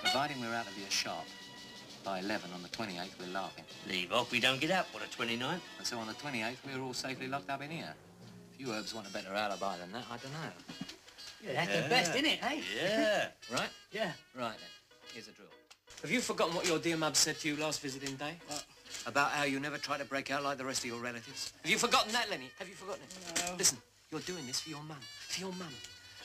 Providing we're out of here sharp, by 11 on the 28th, we're laughing. Leave off, we don't get up. What, a 29th? And so on the 28th, we were all safely locked up in here. If you herbs want a better alibi than that, I don't know. Yeah, that's the best, isn't it, eh? Yeah. Right? Yeah. Right then. Here's a drill. Have you forgotten what your dear mum said to you last visiting day? About how you never try to break out like the rest of your relatives. Have you forgotten that, Lenny? Have you forgotten it? No. Listen, you're doing this for your mum, for your mum,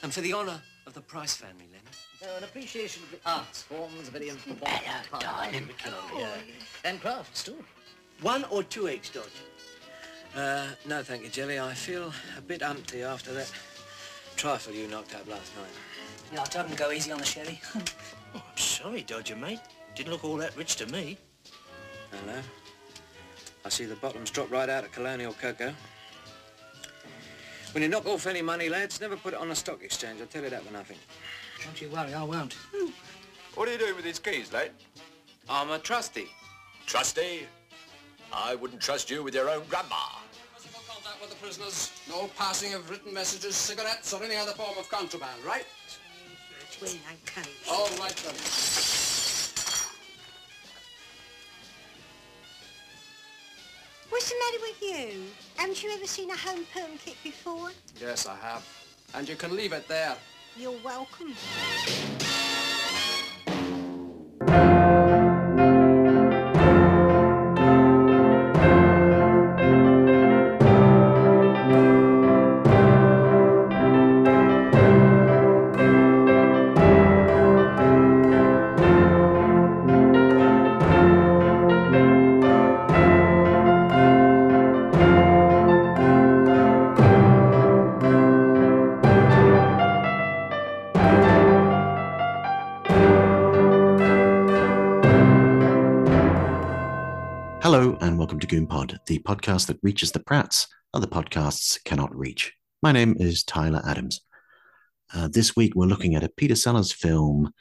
and for the honour of the Price family, Lenny. Ah. So an appreciation of the arts forms a very important part of the curriculum, yeah. And crafts, too. One or two eggs, Dodge? Uh, no, thank you, Jelly. I feel a bit umpty after that trifle you knocked up last night. Yeah, I told him to go easy on the sherry. Oh, I'm sorry, Dodger, mate. Didn't look all that rich to me. Hello. I see the bottoms drop right out of Colonial Cocoa. When you knock off any money, lads, never put it on the stock exchange. I'll tell you that for nothing. Don't you worry, I won't. What are you doing with these keys, lad? I'm a trustee. Trusty, I wouldn't trust you with your own grandma. Physical contact with the prisoners. No passing of written messages, cigarettes, or any other form of contraband, right? Between and cage. All right, then. What's the matter with you? Haven't you ever seen a home perm kit before? Yes, I have. And you can leave it there. You're welcome. Hello, and welcome to Goompod, the podcast that reaches the Pratts other podcasts cannot reach. My name is Tyler Adams. Uh, this week, we're looking at a Peter Sellers film,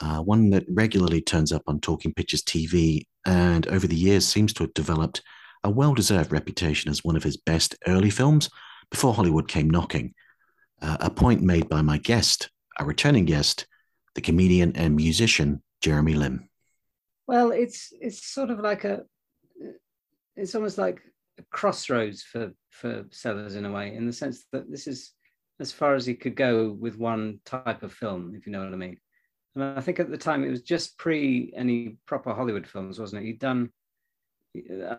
uh, one that regularly turns up on Talking Pictures TV, and over the years seems to have developed a well deserved reputation as one of his best early films before Hollywood came knocking. Uh, a point made by my guest, a returning guest, the comedian and musician Jeremy Lim. Well, it's it's sort of like a it's almost like a crossroads for for sellers in a way, in the sense that this is as far as he could go with one type of film, if you know what I mean. And I think at the time it was just pre any proper Hollywood films, wasn't it? He'd done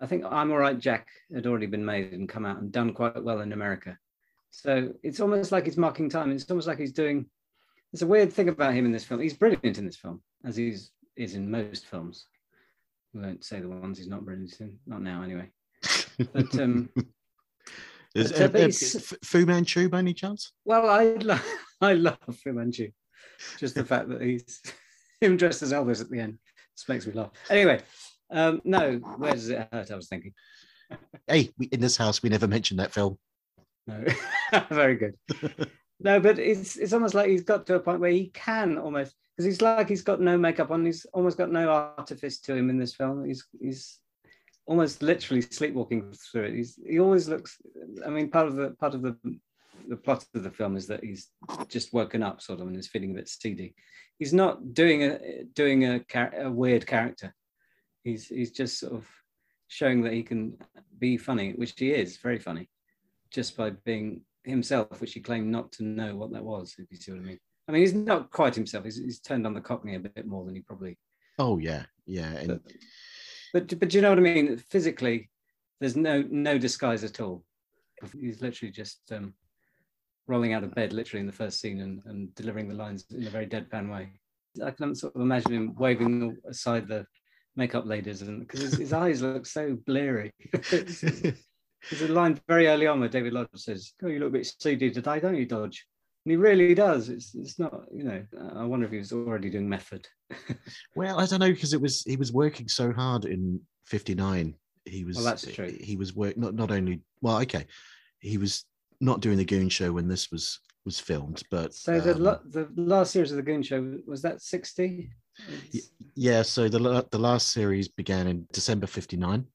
I think I'm All Right Jack had already been made and come out and done quite well in America. So it's almost like he's marking time. It's almost like he's doing it's a weird thing about him in this film. He's brilliant in this film, as he's is in most films. We won't say the ones he's not brilliant in, not now anyway. But um, Is But, uh, uh, but uh, he's- F- Fu Manchu by any chance? well, I love I love Fu Manchu. Just the fact that he's him dressed as Elvis at the end just makes me laugh. Anyway, um, no, where does it hurt? I was thinking. Hey, we, in this house, we never mentioned that film. No, very good. No, but it's it's almost like he's got to a point where he can almost because he's like he's got no makeup on. He's almost got no artifice to him in this film. He's he's almost literally sleepwalking through it. He's he always looks. I mean, part of the part of the the plot of the film is that he's just woken up sort of and is feeling a bit seedy. He's not doing a doing a, char- a weird character. He's he's just sort of showing that he can be funny, which he is very funny just by being himself, which he claimed not to know what that was, if you see what I mean. I mean, he's not quite himself. He's, he's turned on the cockney a bit more than he probably. Oh yeah, yeah. And But but do you know what I mean? Physically, there's no no disguise at all. He's literally just um, rolling out of bed, literally in the first scene, and, and delivering the lines in a very deadpan way. I can sort of imagine him waving aside the makeup ladies, and because his, his eyes look so bleary. It's- There's a line very early on where David Lodge says, "Oh, you look a bit seedy today, don't you, Dodge?" And he really does. It's it's not, you know. I wonder if he was already doing method. well, I don't know because it was he was working so hard in '59. He was that's true. He was work not not only well, okay, he was not doing the Goon Show when this was was filmed, but So the um, lo- the last series of the Goon Show was that sixty? yeah, so the la- the last series began in December '59.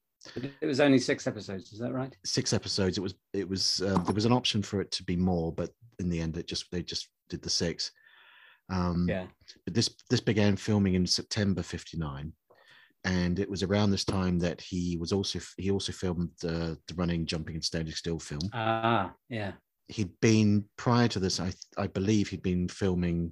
It was only six episodes. Is that right? Six episodes. It was it was um, there was an option for it to be more, but in the end, it just they just did the six. Um, Yeah. But this this began filming in September '59, and it was around this time that he was also he also filmed uh, the running, jumping, and standing still film. Ah, yeah. He'd been prior to this, I I believe he'd been filming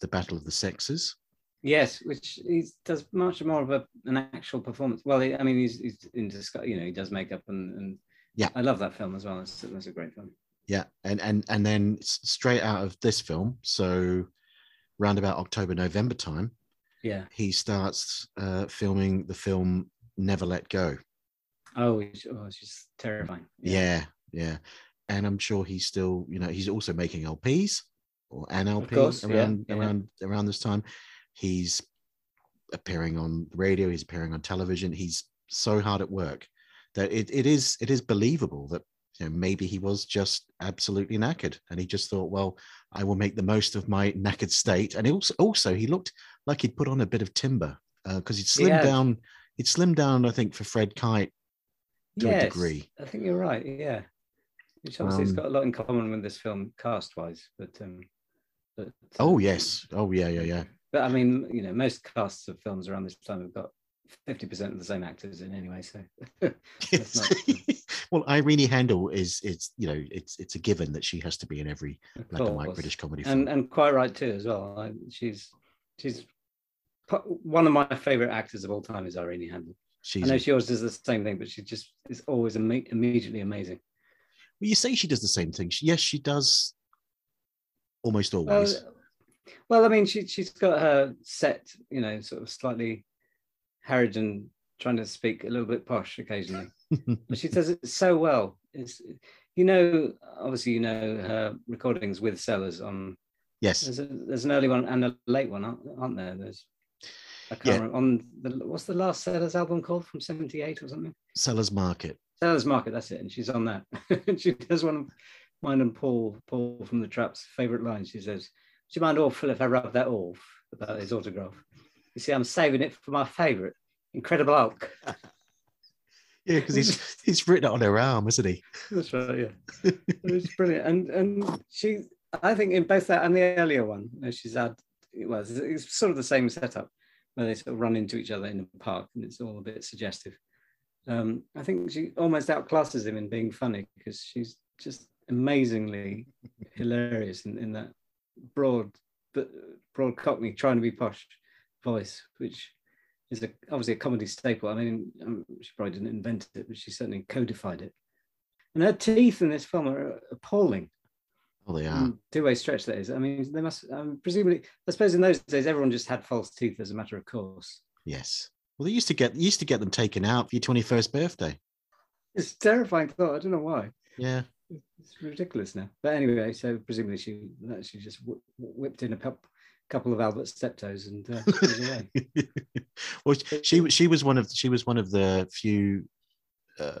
the Battle of the Sexes. Yes, which he does much more of a, an actual performance. Well, I mean, he's, he's in disguise, you know, he does makeup and, and Yeah. I love that film as well. It's, it's a great film. Yeah, and and and then s- straight out of this film, so round about October November time, Yeah. he starts uh, filming the film Never Let Go. Oh, it's, oh, it's just terrifying. Yeah. yeah, And I'm sure he's still, you know, he's also making LPs or an LP course, yeah, around yeah. around around this time. He's appearing on radio, he's appearing on television, he's so hard at work that it, it is it is believable that you know maybe he was just absolutely knackered and he just thought, well, I will make the most of my knackered state. And he also also he looked like he'd put on a bit of timber because he'd He slimmed had. down he'd slimmed down, I think, for Fred Kite to Yes, a degree. I think you're right. Yeah. Which obviously Um, has got a lot in common with this film cast wise, but, um, but Oh uh, yes. Oh yeah, yeah, yeah. But I mean, you know, most casts of films around this time have got 50% of the same actors in anyway. So that's not, well, Irene Handel is it's you know it's it's a given that she has to be in every of black and white course. British comedy film. and and quite right too as well. I, she's she's po- one of my favorite actors of all time is Irene Handel. She's I know well, she always does the same thing, but she just is always ama- immediately amazing. you say she does the same thing. She, yes, she does almost Well, always. well, I mean, she she's got her set, you know, sort of slightly harried and trying to speak a little bit posh occasionally, but she does it so well. It's you know, obviously, you know her recordings with Sellers on yes. There's, a, there's an early one and a late one, aren't, aren't there? There's I can't Yeah. remember on the what's the last Sellers album called from '78 or something? Sellers Market. Sellers Market, that's it. And she's on that. and she does one of mine and Paul, Paul from the Traps' favorite line. She says, "Do you mind awful if I rub that off about his autograph? You see, I'm saving it for my favorite, Incredible Hulk." Yeah, because he's he's written it on her arm, isn't he? Oh, That's right, yeah. it's brilliant. And and she I think in both that and the earlier one, you know, she's had it was it's sort of the same setup where they sort of run into each other in the park and it's all a bit suggestive. Um, I think she almost outclasses him in being funny because she's just amazingly hilarious in, in that broad but broad cockney trying to be posh voice, which is a, obviously a comedy staple. I mean, um, she probably didn't invent it, but she certainly codified it. And her teeth in this film are appalling. Oh, they are. Mm, Two-way stretch, that is. I mean, they must um, presumably. I suppose in those days, everyone just had false teeth as a matter of course. Yes. Well, they used to get they used to get them taken out for your twenty first birthday. It's a terrifying thought. I don't know why. Yeah. It's ridiculous now. But anyway, so presumably she that she just whi- whipped in a pup, couple of Albert Steptoes and uh, was away. well, she she was one of she was one of the few uh,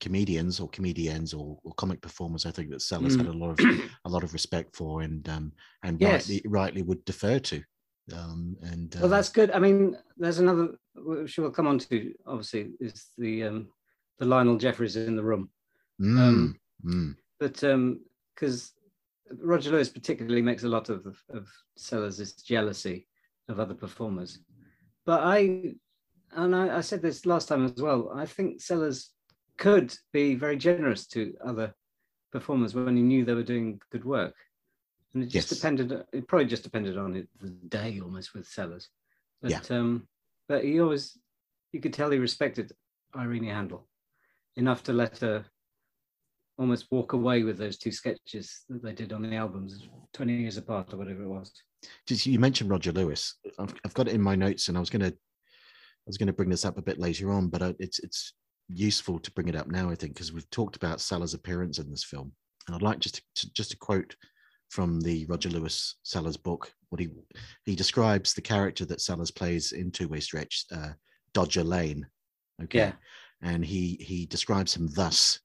comedians or comedians or, or comic performers I think that Sellers had a lot of a lot of respect for and um, and Mm. Yes. rightly rightly would defer to. Um, and uh, Well, that's good. I mean, there's another which we'll come on to. Obviously, is the um, the Lionel Jeffries in the room. mm, um, mm, but um because roger lewis particularly makes a lot of of sellers' jealousy of other performers but i and I, I said this last time as well i think sellers could be very generous to other performers when he knew they were doing good work and it just Yes. depended it probably just depended on it, the day almost with sellers but Yeah. um but he always you could tell he respected irene handel enough to let her almost walk away with those two sketches that they did on the albums 20 years apart or whatever it was Just- you mentioned Roger Lewis. I've, I've got it in my notes, and I was gonna I was gonna bring this up a bit later on, but I, it's it's useful to bring it up now, I think, because we've talked about Sellers' appearance in this film, and I'd like just to, to just to quote from the Roger Lewis Sellers book. What he he describes the character that Sellers plays in Two Way Stretch, uh, Dodger Lane. Okay, Yeah. and he he describes him thus.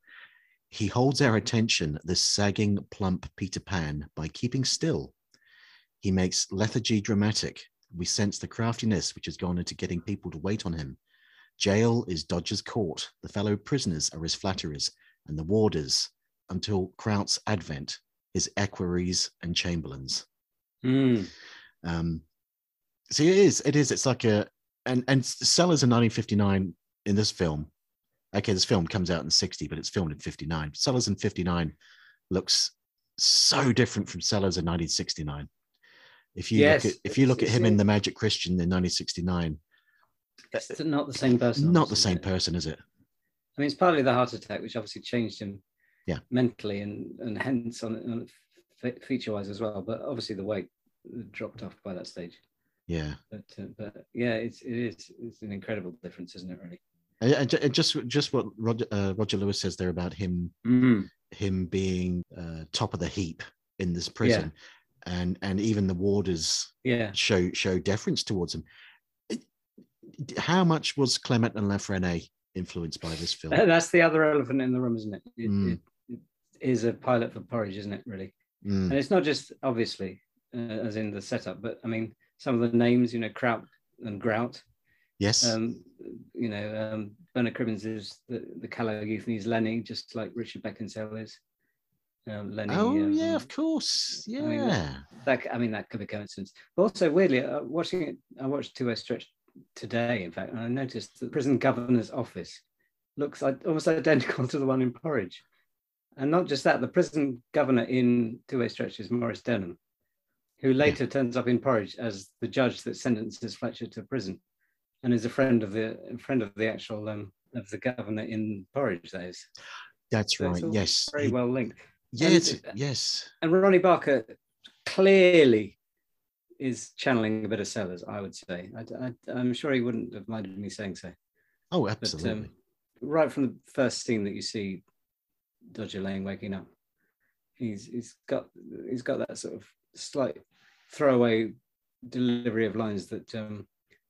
He holds our attention, this sagging, plump Peter Pan, by keeping still. He makes lethargy dramatic. We sense the craftiness which has gone into getting people to wait on him. Jail is Dodger's court. The fellow prisoners are his flatterers and the warders until Kraut's advent, his equerries and chamberlains. Mm. Um, see, it is. It is. It's like a and and Sellers in 1959 in this film. Okay, this film comes out in 60, but it's filmed in 59. Sellers in 59 looks so different from Sellers in 1969. If you Yes, look at if you look at it's- him it's- in The Magic Christian in 1969, It's not the same person. not the obviously, same is it? person, is it? I mean, it's partly the heart attack, which obviously changed him Yeah. mentally and, and hence on, on feature wise as well. But obviously, the weight dropped off by that stage. Yeah. But, uh, but yeah, it's, it is it's an incredible difference, isn't it? Really. And, and ju- and just just what Roger, uh, Roger Lewis says there about him Mm. him being uh, top of the heap in this prison, and and even the warders Yeah. show show deference towards him. It- How much was Clement and Lafrene influenced by this film? That's the other elephant in the room, isn't it? It, Mm. it, it is a pilot for porridge, isn't it? Really. Mm. And it's not just obviously uh, as in the setup, but I mean some of the names, you know, Kraut and Grout. Yes. Um, you know, um, Bernard Cribbins is the, the callow youth, and he's Lenny, just like Richard Beckinsale is. Um, Lenny. oh um, yeah, of course. Yeah. I mean, that c- I mean that could be coincidence. But also weirdly, uh, watching it, I watched Two Way Stretch today, in fact, and I noticed that the prison governor's office looks like, almost identical to the one in Porridge. And not just that, the prison governor in Two Way Stretch is Morris Denham, who later turns up in Porridge as the judge that sentences Fletcher to prison, and is a friend of the a friend of the actual um, of the governor in Porridge. That is That's So it's right. all Yes. very well linked. Yeah, And- it's- yes. and Ronnie Barker clearly is channeling a bit of Sellers, I would say. I, am sure he wouldn't have minded me saying so. Oh, But absolutely. um, right from the first scene that you see Dodger Lane waking up, he's he's got he's got that sort of slight throwaway delivery of lines that um,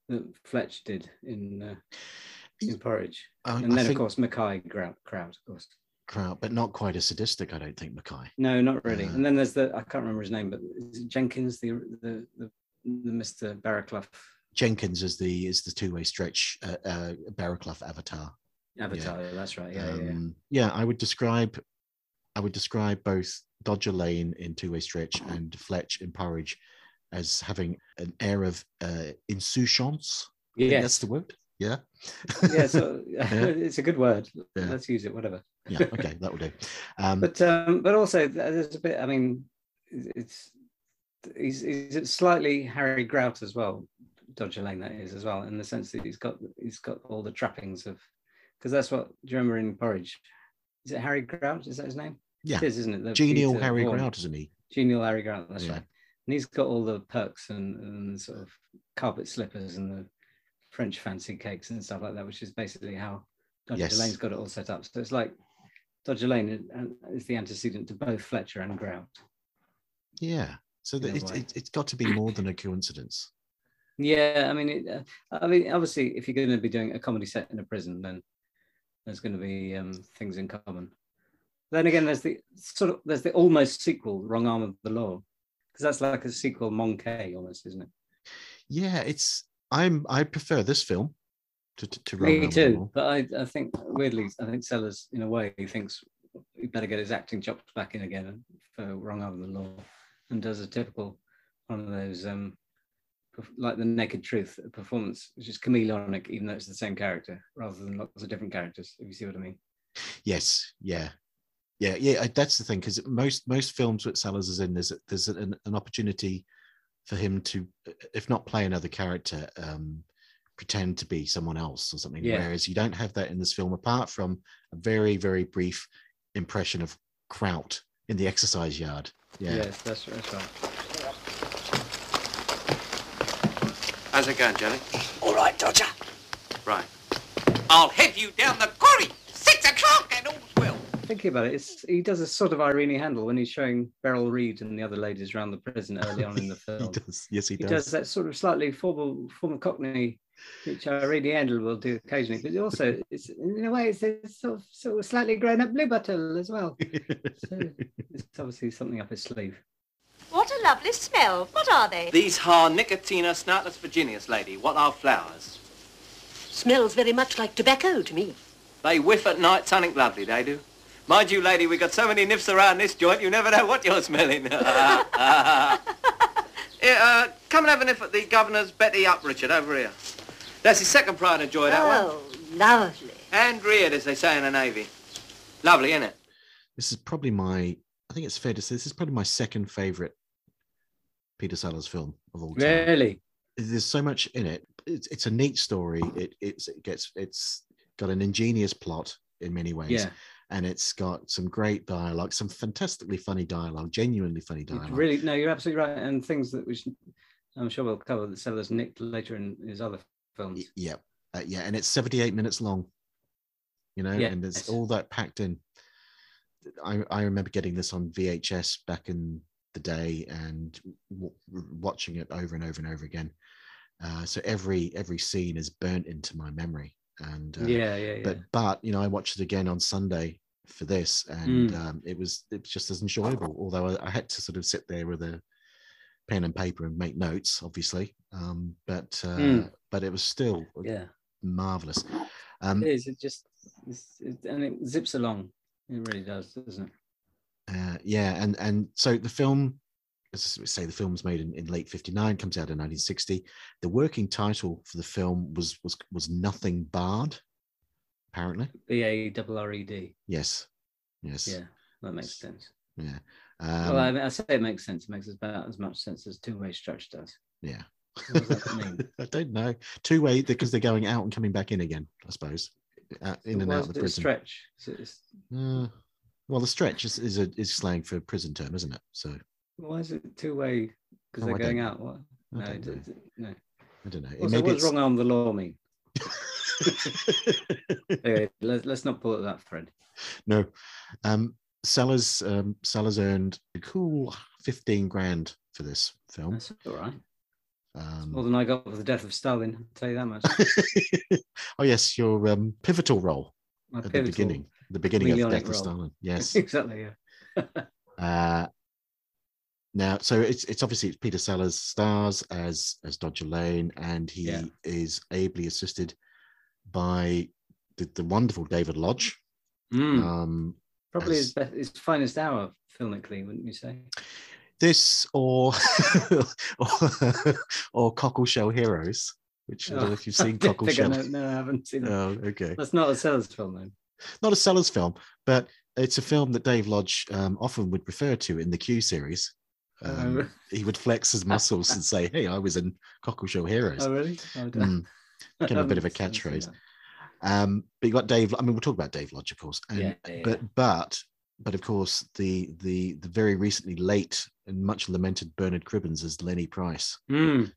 that Fletch did in uh, in Porridge, I- and I then of think- course Mackay Grout, Crowd, of course. Kraut, but not quite as sadistic, I don't think, Mackay. No, not really. Uh, And then there's the I can't remember his name, but is it Jenkins, the the the, the Mr. Barraclough Jenkins is the is the two way stretch uh, uh, Barraclough avatar. avatar. That's right. Yeah, yeah, yeah. Um, yeah, I would describe, I would describe both Dodger Lane in Two Way Stretch and Fletch in Porridge as having an air of uh, insouciance. I think that's Yes. the word. Yeah. yeah. So it's a good word. Yeah. Mm. Let's use it. Whatever. yeah. Okay, that will do. Um, But um, but also th- there's a bit. I mean, it's he's he's slightly Harry Grout as well. Dodger Lane that is as well, in the sense that he's got he's got all the trappings of because that's what do you remember in Porridge. Is it Harry Grout? Is that his name? yeah, It is, isn't it? The genial Peter Harry Vaughan. Grout, isn't he? Genial Larry Grant, that's Yeah. right. And he's got all the perks and, and sort of carpet slippers and the French fancy cakes and stuff like that, which is basically how Dodger Yes. Lane's got it all set up. So it's like Dodger Lane is- and- is the antecedent to both Fletcher and Grout. Yeah. So In that a it, way. it, it's got to be more than a coincidence. Yeah, I mean, it, uh, I mean, obviously, if you're going to be doing a comedy set in a prison, then there's going to be um, things in common. Then again, there's the sort of there's the almost sequel, Wrong Arm of the Law, because that's like a sequel, Monkey, almost, isn't it? Yeah, it's. I'm. I prefer this film. To, to, to Romeo Me and too. Juliet. But I, I think weirdly, I think Sellers, in a way, he thinks he better get his acting chops back in again for wrong arm of the law, and does a typical one of those um, perf- like the Naked Truth performance, which is chameleonic, even though it's the same character, rather than lots of different characters. If you see what I mean. Yes, yeah, yeah, yeah. I- That's the thing because most most films with Sellers is in there's a- there's an, an opportunity for him to, uh, if not play another character, um, pretend to be someone else or something. Yeah. Whereas you don't have that in this film, apart from a very very brief impression of Kraut in the exercise yard. Yeah, Yes, that's, that's right. How's it going, Jelly? All right, Dodger. Right. I'll have you down the quarry. Six o'clock and all's well. Thinking about it, it's, he does a sort of Irene Handel when he's showing Beryl Reed and the other ladies around the prison early on in the he film. does. Yes, he, he does. does that sort of slightly formal formal cockney which i really handle will do occasionally but also it's in a way it's a sort of, sort of slightly grown up bluebottle as well so it's obviously something up his sleeve What a lovely smell. What are they? These are Nicotina snoutless virginius, lady. What are flowers? Smells very much like tobacco to me. They whiff at night, something lovely, they do. Mind you, lady, we got so many niffs around this joint, you never know what you're smelling. Here, uh, come and have a nip at the governor's Betty Up, Richard, over here. That's his second pride and joy, that Oh, lovely. one. And reared, as they say in the Navy. Lovely, isn't it? This is probably my. I think it's fair to say this is probably my second favorite Peter Sellers film of all time. Really? There's so much in it. It's, it's a neat story. It it's, it gets it's got an ingenious plot in many ways. Yeah. And it's got some great dialogue, some fantastically funny dialogue, genuinely funny It's dialogue. really, no, you're absolutely right. And things that we should, I'm sure we'll cover that Sellers nicked later in his other films. Y- yeah, uh, yeah, and it's 78 minutes long. You know, Yeah. and there's all that packed in. I I remember getting this on VHS back in the day and w- w- watching it over and over and over again. Uh, so every every scene is burnt into my memory. And uh, yeah, yeah, yeah. but but you know, I watched it again on Sunday for this, and Mm. um, it was it was just as enjoyable. Although I, I had to sort of sit there with a pen and paper and make notes, obviously. Um, but uh, Mm. but it was still yeah, marvelous. Um, it is. It just, it's, it, and it zips along. It really does, doesn't it? uh, yeah, and and so the film, let's just say the film was made in, in late '59, comes out in 1960. The working title for the film was was was Nothing Barred, apparently. B A double R E D. Yes, yes, Yeah, that makes sense. yeah. Um, well, I, mean, I say it makes sense. It makes about as much sense as two way structure does. yeah. What does that mean? I don't know. Two way because they're going out and coming back in again, I suppose. Uh, in and Why out of is it the a prison. Stretch. Is it a s- Uh, well, the stretch is is, a, is slang for prison term, isn't it? So why is it two way? Because Oh, they're I going don't- out. What? I No, it, don't know. it- no. I don't know. It- Also, what's it's- wrong on the law mean? Anyway, let's, let's not pull at that thread. no. Um, Sellers um, Sellers earned a cool fifteen grand for this film. That's all right. More Um, than I got for the death of Stalin. I'll tell you that much. oh yes, your um, pivotal role My at the pivotal- beginning, the beginning of Napoleonic Death of role. Stalin. Yes. exactly. Yeah. Uh, now, so it's it's obviously it's Peter Sellers stars as as Dodger Lane, and he Yeah. is ably assisted by the, the wonderful David Lodge. Mm, Um, probably as- his, best, his finest hour filmically, wouldn't you say? this or or, or Cockle Shell Heroes, which I don't know if you've seen I don't Cockle think I Shell. know- No, I haven't seen it. Oh, okay. That's not a Sellers film, though. Not a Sellers film, but it's a film that Dave Lodge um, often would refer to in the Q series. Um, Oh. He would flex his muscles and say, "Hey, I was in Cockle Shell Heroes." Oh, really? Oh, I don't- Mm. I Kind of a bit haven't- of a haven't seen catchphrase. that. Um, but you got Dave. I mean, we'll talk about Dave Lodge, of course. And, Yeah, yeah, But but but of course, the the the very recently late and much lamented Bernard Cribbins as Lenny Price. Mm,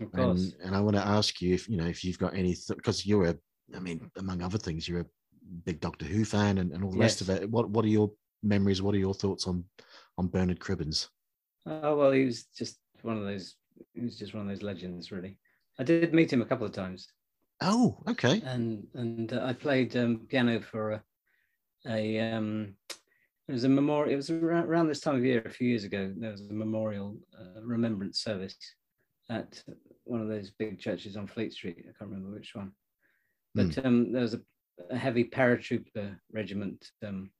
Of course. And, and I want to ask you if you know if you've got any because you're a, I mean, among other things, you're a big Doctor Who fan and, and all the rest of Yes. it. What what are your memories? What are your thoughts on on Bernard Cribbins? Oh well, he was just one of those. He was just one of those legends, really. I did meet him a couple of times, Oh, okay. and and uh, I played um, piano for a, a um, it was a memorial. It was around, around this time of year, a few years ago. There was a memorial uh, remembrance service at one of those big churches on Fleet Street. I can't remember which one, but um, there was a, a heavy paratrooper regiment um,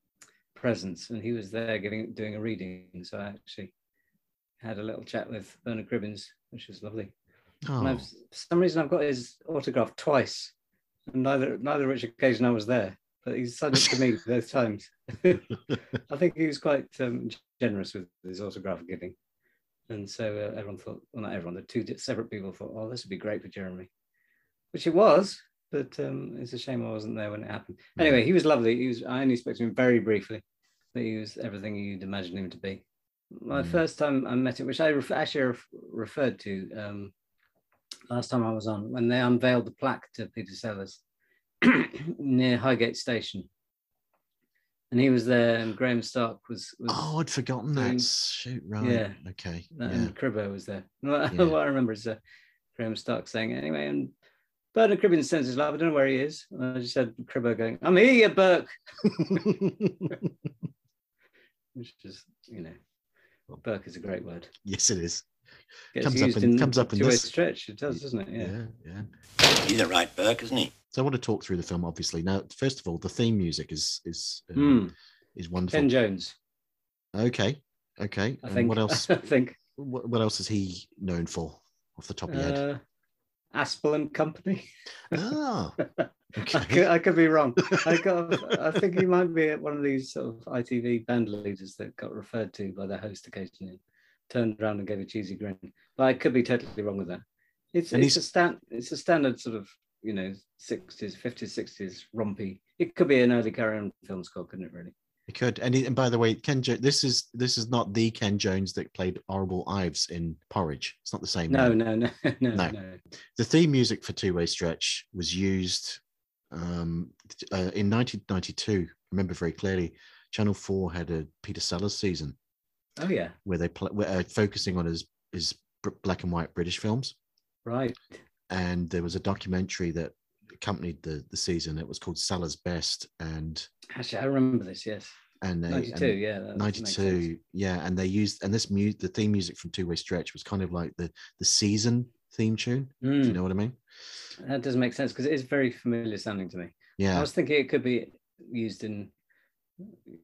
presence, and he was there giving doing a reading. So I actually had a little chat with Bernard Cribbins, which was lovely. Oh, And I've, for some reason, I've got his autograph twice, and neither neither of which occasion I was there, but he signed it to me both times. I think he was quite um, generous with his autograph giving, and so uh, everyone thought, well, not everyone, the two di- separate people thought, oh, this would be great for Jeremy, which it was. But um, it's a shame I wasn't there when it happened. Mm. Anyway, he was lovely. He was. I only spoke to him very briefly, but he was everything you'd imagine him to be. My Mm. first time I met him, which I ref- actually ref- referred to um, last time I was on, when they unveiled the plaque to Peter Sellers near Highgate Station. And he was there, and Graham Stark was, was oh, I'd forgotten doing- that. Shoot, right. Yeah. Um, Okay. and Cribbo was there. And What, Yeah. what I remember is uh, Graham Stark saying, anyway, and Bernard Cribbins sends his love. I don't know where he is. And I just had Cribbo going, I'm here, you Burke. Which is, you know, Burke is a great word. Yes, it is. Gets Comes up used in- comes up in two-way this. stretch. It does, doesn't it? yeah. yeah. He's a right Burke, isn't he? So I want to talk through the film, obviously. Now, first of all, the theme music is is uh, Mm. is wonderful. Ken Jones, Okay, okay. I and think. what else? I think. What, what else is he known for off the top of your head? Uh, Aspel and Company. Ah, I, could, I could be wrong. I got. I think he might be at one of these sort of ITV band leaders that got referred to by their host occasionally, turned around and gave a cheesy grin. But I could be totally wrong with that. It's And it's a he's- stand. It's a standard sort of you know sixties, fifties, sixties rompy. It could be an early Carry On film score, couldn't it? Really. It could. And, he- and by the way, Ken jo- this is this is not the Ken Jones that played Horrible Ives in Porridge. It's not the same. No, man. no, no, no, No. no. The theme music for Two Way Stretch was used um, uh, in 1992. I remember very clearly, Channel Four had a Peter Sellers season Oh yeah, where they pl- were uh, focusing on his his br- black and white British films. right. And there was a documentary that accompanied the the season. It was called Sellers Best, and Actually, I remember this. Yes, and they- and- ninety-two. Yeah, that makes sense. 92 yeah and they used and this mu- the theme music from two way stretch was kind of like the the season theme tune do you Mm. know what i mean That does make sense because it is very familiar sounding to me. I yeah was thinking it could be used in,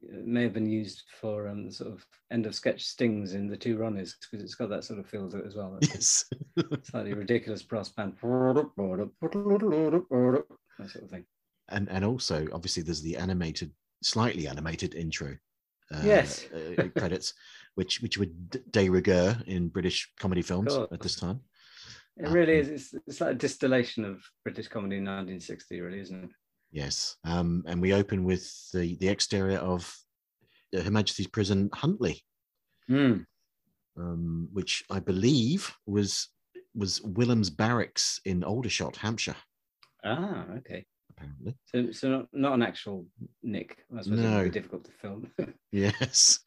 it may have been used for um, sort of end of sketch stings in the two runners because it's got that sort of feel to it as well. that yes Slightly ridiculous brass band. That sort of thing. and and also obviously there's the animated slightly animated intro uh, Yes. uh, credits which which were d- de rigueur in british comedy films course. at this time It really Um, is. It's, it's like a distillation of British comedy in 1960, really, isn't it? yes um and we open with the the exterior of uh, her majesty's prison huntley Hmm. Mm. um, which I believe was was Willem's barracks in Aldershot, Hampshire, Ah, okay. apparently. So, so not, not an actual Nick. I suppose it No. would be difficult to film. Yes.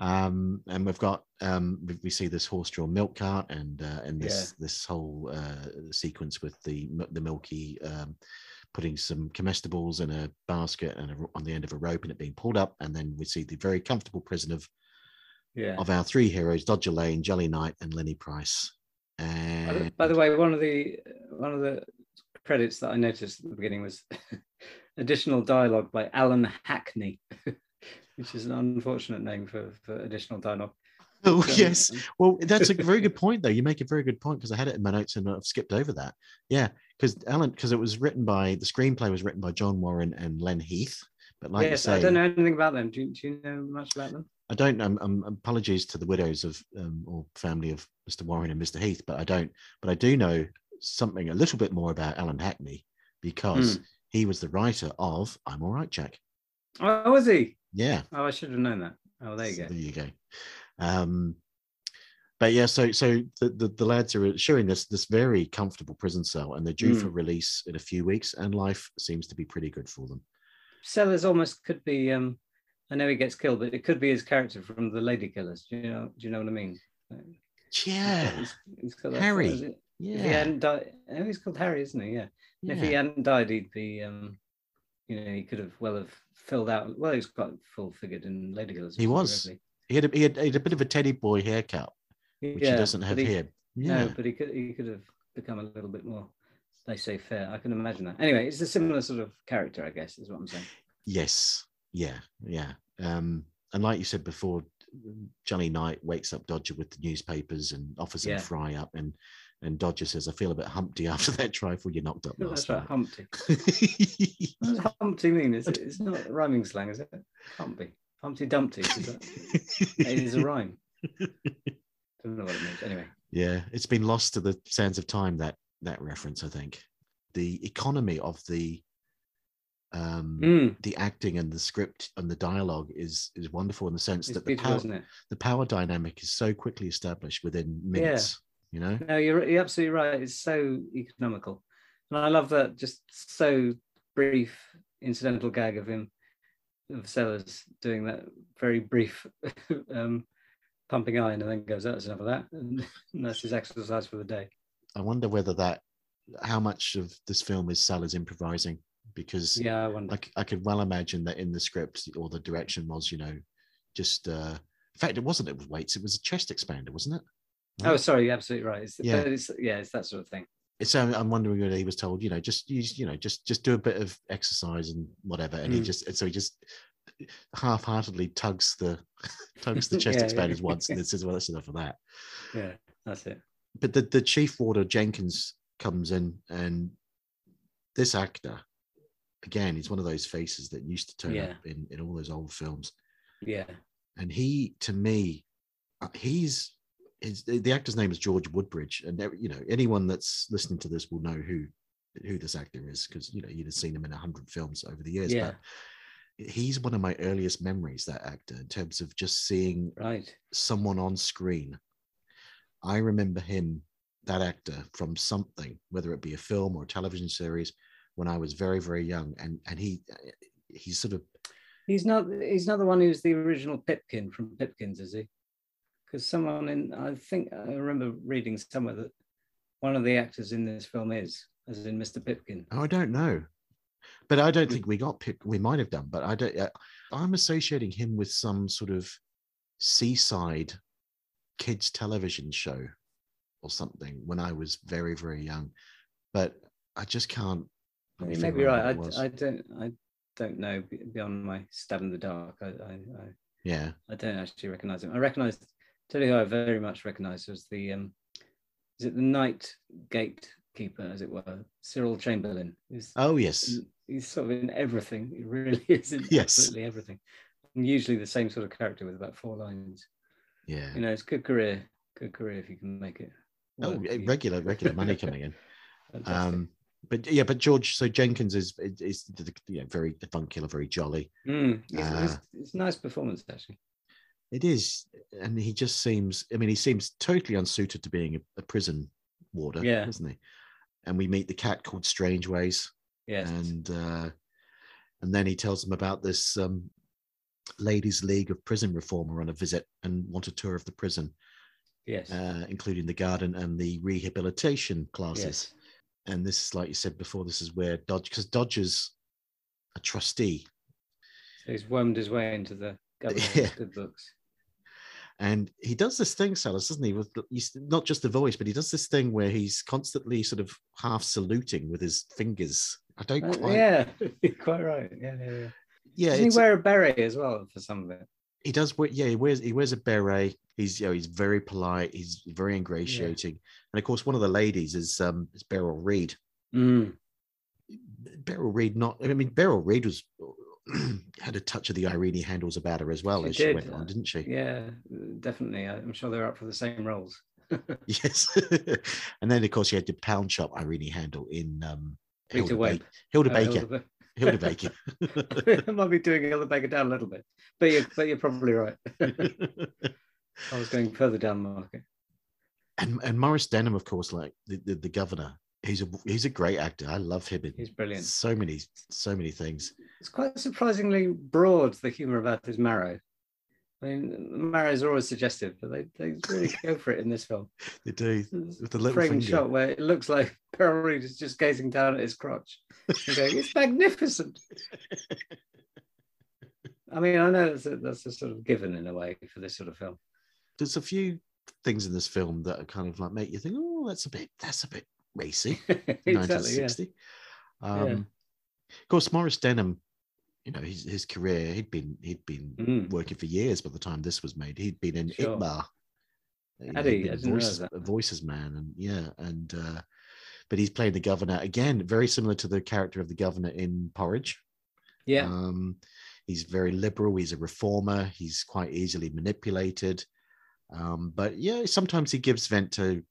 Um, and we've got um, we, we see this horse-drawn milk cart and uh, and this this whole uh, sequence with the m- the milky um, putting some comestibles in a basket and a, ro- on the end of a rope and it being pulled up and then we see the very comfortable prison of yeah. of our three heroes Dodger Lane, Jelly Knight, and Lenny Price. By the- And By the way, one of the one of the credits that I noticed at the beginning was additional dialogue by Alan Hackney, which is an unfortunate name for, for additional dialogue. oh So, um, yes, Well, that's a very good point, though. You make a very good point because I had it in my notes and I've skipped over that. Yeah, because Alan, because it was written by the screenplay was written by John Warren and Len Heath. But like yes, you say, I don't know anything about them. Do, you- do you know much about them? I don't. Um, um, apologies to the widows of um, or family of Mr. Warren and Mr. Heath, but I don't. But I do know something a little bit more about Alan Hackney because Hmm. he was the writer of "I'm All Right, Jack." Oh, was he? Yeah. Oh, I should have known that. Oh, there you So go. There you go. Um, but yeah, so so the, the, the lads are showing this this very comfortable prison cell, and they're due Mm. for release in a few weeks, and life seems to be pretty good for them. Sellers almost could be. Um, I know he gets killed, but it could be his character from the Lady Killers. Do you know? Do you know what I mean? Yeah, He's- he's got that- Harry. is it- If he yeah, hadn't died, oh, he's called Harry, isn't he? Yeah. yeah. If he hadn't died, he'd be, um, you know, he could have well have filled out. Well, he's quite full figured in Lady Girls. He was, He had, a, he, had, he had a bit of a teddy boy haircut, which he doesn't have here. Yeah, No, but he could he could have become a little bit more laissez faire. I can imagine that. Anyway, it's a similar sort of character, I guess, is what I'm saying. yes, yeah, yeah. Um, and like you said before, Johnny Knight wakes up Dodger with the newspapers and offers him Yeah. a fry up, and and Dodger says, "I feel a bit humpty after that trifle you knocked up last That's right, night." Humpty. What does Humpty mean? Is it, it's not rhyming slang, is it? Humpty. Humpty Dumpty. Is that, it is a rhyme. Don't know what it means. Anyway. yeah, it's been lost to the sands of time that that reference. I think the economy of the um, Mm, the acting and the script and the dialogue is is wonderful in the sense it's that the beautiful, power isn't it? the power dynamic is so quickly established within minutes. You know, No, you're, you're absolutely right. It's so economical. And I love that just so brief incidental gag of him, of Sellers doing that very brief um, pumping iron and then goes, that's enough of that. And, that's his exercise for the day. I wonder whether that how much of this film is Sellers improvising because Yeah, I wonder. I, c- I could well imagine that in the script or the direction was, you know, just uh, in fact, it wasn't. It was weights. It was a chest expander, wasn't it? oh, sorry, you're absolutely right. It's, Yeah. yeah. It's, yeah, it's that sort of thing. It's. um, I'm wondering whether he was told, you know, just use, you know, just just do a bit of exercise and whatever, and he Mm. just and so he just half-heartedly tugs the tugs the chest Yeah, expanders yeah. once, and then says, "Well, that's enough of that." Yeah, that's it. But the the chief warder Jenkins comes in, and this actor, again, is one of those faces that used to turn Yeah. up in in all those old films, Yeah. and he, to me, uh, he's. His, the actor's name is George Woodbridge, and every- you know anyone that's listening to this will know who who this actor is because you know you'd have seen him in a hundred films over the years. Yeah. But he's one of my earliest memories. That actor, in terms of just seeing Right. someone on screen. I remember him, that actor, from something, whether it be a film or a television series, when I was very, very young. And and he he's sort of He's not. He's not the one who's the original Pipkin from Pipkins, is he? Because someone in, I think I remember reading somewhere that one of the actors in this film is, as in Mr. Pipkin. oh, I don't know, but I don't think we got picked. We might have done, but I don't. I, I'm associating him with some sort of seaside kids television show or something when I was very, very young. But I just can't. I mean, figure maybe you're out who right. it was. I, I don't. I don't know be- beyond my stab in the dark. I, I, I, yeah. I don't actually recognise him. I recognise. Tell you who I very much recognise was the. Um, is it the night gatekeeper, as it were, Cyril Chamberlain? Is Oh yes. in- he's sort of in everything. He really is in Yes. absolutely everything. And usually the same sort of character with about four lines. Yeah. You know, it's good career. Good career if you can make it. Oh, work. eh, You- regular, regular money coming in. Fantastic. Um, but yeah, but George. So Jenkins is is- is the- the- you know, very avuncular, very jolly. Mm, it's, it's- uh, it's a nice performance actually. It is, and he just seems. I mean, he seems totally unsuited to being a, a prison warder, Yeah. doesn't he? And we meet the cat called Strangeways, Yes. and uh, and then he tells them about this um, ladies' league of prison reform are on a visit and want a tour of the prison, yes. uh, including the garden and the rehabilitation classes. yes. and this is like you said before this is where dodge because dodger's a trustee So he's wormed his way into the government's Yeah. good books. and he does this thing salas doesn't he with the- he's not just the voice but he does this thing where he's constantly sort of half saluting with his fingers i don't Uh, quite yeah, you're quite right. Yeah, yeah, yeah. yeah Doesn't he it's- wear a beret as well for some of it? he does wear yeah he wears he wears a beret he's you know he's very polite he's very ingratiating and of course one of the ladies is um is beryl reed Mm, beryl reed not i mean beryl reed was had a touch of the irene handles about her as well She as she did, went on uh, didn't she yeah, definitely. I- I'm sure they're up for the same roles. Yes. and then, of course, you had the pound shop Irene Handel in um, Peter Hilda, Webb. Baker. Hilda Uh, Baker. Hilda Hilda Baker. I might be doing Hilda Baker down a little bit, but you're, but you're probably right. I was going further down the market. and and Morris Denham, of course, like the, the, the governor. He's a he's a great actor. I love him in He's brilliant. so many so many things. It's quite surprisingly broad, the humour about his marrow. I mean, marrows are always suggestive, but they, they really go for it in this film. They do with the little Framed finger. shot where it looks like Beryl Reed is just gazing down at his crotch and going, it's magnificent. I mean, I know that's a, that's a sort of given in a way for this sort of film. There's a few things in this film that are kind of like make you think, oh, that's a bit that's a bit racy. exactly. Yeah. 1960. Yeah. Um, Of course, Morris Denham, you know, his, his career, he'd been he'd been Mm. working for years by the time this was made. He'd been in Sure. Itmar. You know, Had he? he'd I been didn't realise voices, that. a voices man, and yeah, and uh, but he's played the governor again, very similar to the character of the governor in Porridge. Yeah. Um, he's very liberal. He's a reformer. He's quite easily manipulated. Um, but yeah, sometimes he gives vent to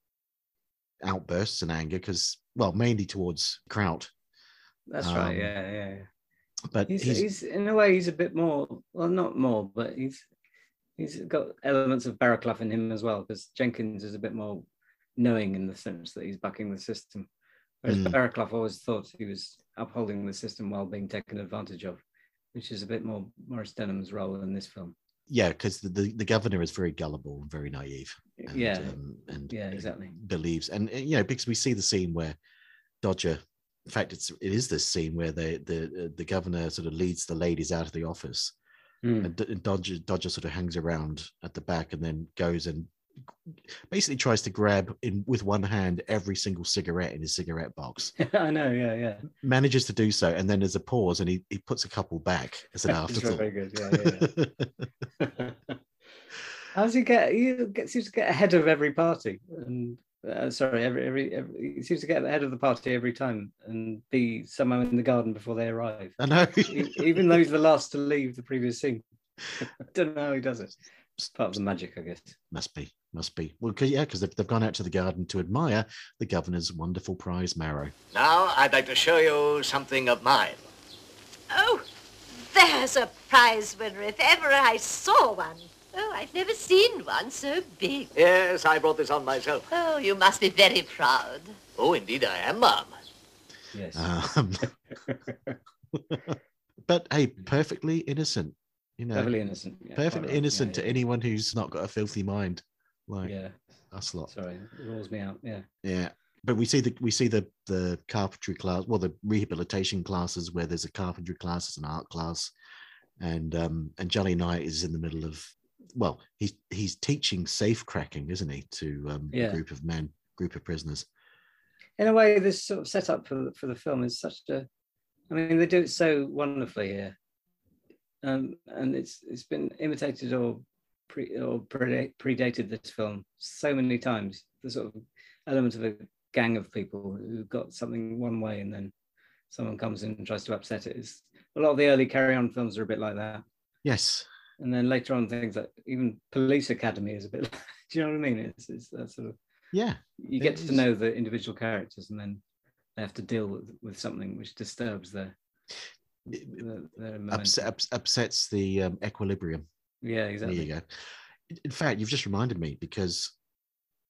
outbursts and anger because, well, mainly towards Kraut. That's right. Um, Yeah, yeah. yeah. But He's, he's, he's, in a way he's a bit more well, not more, but he's he's got elements of Barraclough in him as well because Jenkins is a bit more knowing in the sense that he's bucking the system, whereas Mm. Barraclough always thought he was upholding the system while being taken advantage of, which is a bit more Morris Denham's role in this film. yeah, because the, the, the governor is very gullible and very naive. And, yeah, um, and yeah, exactly. believes and, and, you know because we see the scene where dodger in fact it's it is this scene where they the uh, the governor sort of leads the ladies out of the office Mm. Hmm. and, D- and dodger dodger sort of hangs around at the back and then goes and basically tries to grab in with one hand every single cigarette in his cigarette box. I know, yeah, yeah. Manages to do so, and then there's a pause, and he, he puts a couple back as an It's not afterthought. very good. Yeah, yeah, yeah. How does he get? He get, seems to get ahead of every party, and uh, sorry, every, every every he seems to get ahead of the party every time, and be somehow in the garden before they arrive. I know. E- Even though he's the last to leave the previous scene. I don't know how he does it. It's part of the magic, I guess. Must be, must be. Well, 'cause- yeah, because they've, they've gone out to the garden to admire the governor's wonderful prize marrow. Now I'd like to show you something of mine. Oh, there's a prize winner if ever I saw one. Oh, I've never seen one so big. Yes, I brought this on myself. Oh, you must be very proud. Oh, indeed I am, ma'am. Yes. Um, but hey, perfectly innocent, you know. Perfectly innocent, yeah, quite perfectly right, yeah, innocent to yeah. anyone who's not got a filthy mind, like Yeah. us lot. Sorry, it rules me out. Yeah. Yeah, but we see the we see the the carpentry class, well, the rehabilitation classes where there's a carpentry class, there's an art class, and um and Jolly Knight is in the middle of well, he's he's teaching safe cracking, isn't he, to um, Yeah. a group of men, group of prisoners. in a way, this sort of setup for the, for the film is such a. I mean, they do it so wonderfully here, um, and it's it's been imitated or pre or predate, predated this film so many times. The sort of element of a gang of people who've got something one way, and then someone comes in and tries to upset it. It's, a lot of the early Carry On films are a bit like that, Yes, and then later on, things like even Police Academy is a bit. do you know what I mean? It's it's that sort of yeah. you It get to is. know the individual characters and then they have to deal with, with something which disturbs their, their, their Ups, momentum. ups, upsets the um, equilibrium. yeah There exactly you go. In- In fact, you've just reminded me because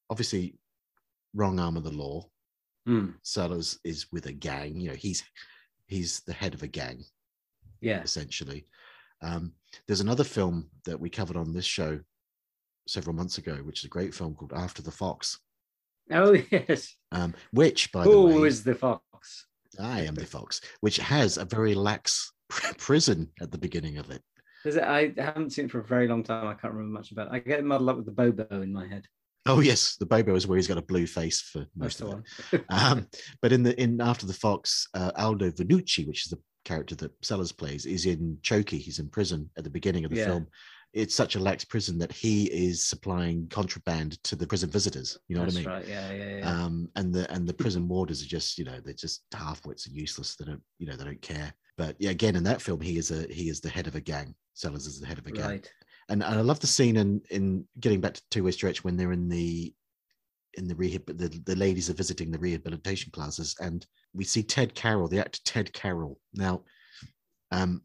obviously, wrong arm of the law. Hmm. Sellers is with a gang. You know, he's he's the head of a gang, yeah essentially. Um, there's another film that we covered on this show several months ago, which is a great film called After the Fox. oh yes Um, which, by the way, who is the fox I am the fox, which has a very lax prison at the beginning of it. Is it, i haven't seen it for a very long time i can't remember much about it. i get it muddled up with the bobo in my head Oh yes, the Bobo is where he's got a blue face for most that's the of it. one um, but in the in after the fox uh, aldo venucci which is the character that sellers plays is in choki he's in prison at the beginning of the Yeah. film it's such a lax prison that he is supplying contraband to the prison visitors you know that's what i mean right yeah yeah yeah um, and the and the prison warders are just you know they're just half wits and useless they don't you know they don't care but yeah again in that film he is a he is the head of a gang sellers is the head of a gang right and, and I love the scene in in getting back to two way stretch when they're in the in the rehab the, the ladies are visiting the rehabilitation classes and we see Ted Carroll the actor Ted Carroll now um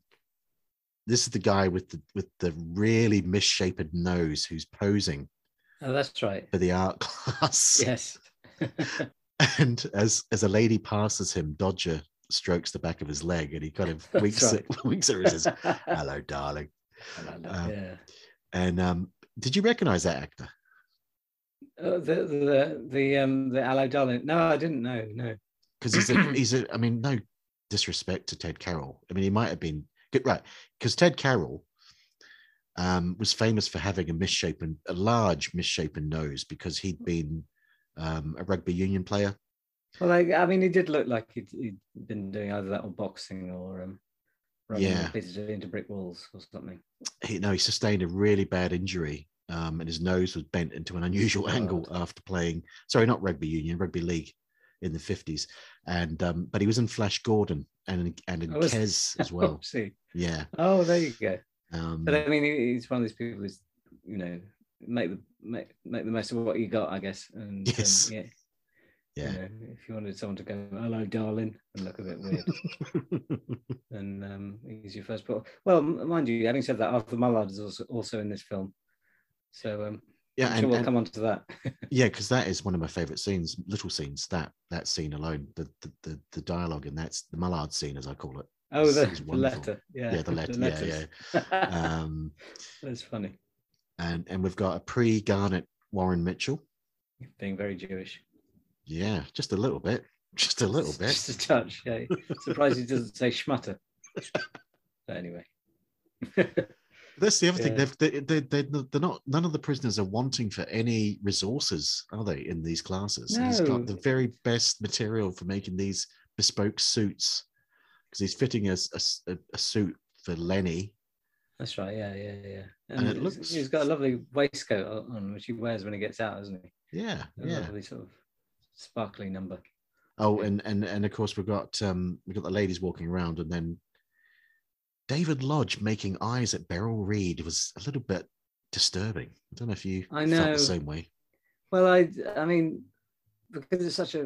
this is the guy with the with the really misshapen nose who's posing oh that's right for the art class yes and as as a lady passes him Dodger strokes the back of his leg and he kind of That's winks right. at, winks at her and says hello darling um, yeah and um did you recognize that actor Oh, the the the um the aloe darling no i didn't know no because he's a, he's a, I mean, no disrespect to Ted Carroll. I mean, he might have been good, right? Because Ted Carroll um, was famous for having a misshapen, a large misshapen nose because he'd been um, a rugby union player. Well, like, I mean, he did look like he'd, he'd been doing either that or boxing or um, running Yeah. repeatedly into brick walls or something. He, no, he sustained a really bad injury. Um, and his nose was bent into an unusual angle after playing, sorry, not rugby union, rugby league in the 50s. And, um, but he was in Flash Gordon and in, and in Oh, was- Kes as well. Oh, see. Yeah. Oh, there you go. Um, But I mean, he- he's one of these people who's, you know, make the make, make the most of what you got, I guess. And um, Yes. yeah, you yeah. know, if you wanted someone to go, hello, darling, and look a bit weird, then um, he's your first port. Well, m- mind you, having said that, Arthur Mullard is also also in this film, so um, yeah. I'm and- sure we'll and- come on to that. yeah because that is one of my favorite scenes little scenes that that scene alone the the the, the dialogue and that's the mallard scene as i call it Oh, It's- the, it's the wonderful. letter. Yeah, yeah the letter yeah letters. yeah um That's funny. and and we've got a pre garnet warren mitchell Being very Jewish. yeah just a little bit just a little bit Just a touch. Yeah. Surprised he doesn't say schmutter. But anyway. That's the other thing. Yeah. They've, they, they, they, they're not, none of the prisoners are wanting for any resources, are they, in these classes? And He's No. got the very best material for making these bespoke suits because he's fitting a, s- a, a suit for Lenny. That's right. Yeah, yeah, yeah. And it it's- looks- He's got a lovely waistcoat o- on, which he wears when he gets out, doesn't he? Yeah, A yeah. Lovely sort of sparkly number. Oh, and, and, and of course, we've got, um, we've got the ladies walking around, and then David Lodge making eyes at Beryl Reed was a little bit disturbing. I don't know if you I felt know. the same way. Well, I, I mean, because it's such a,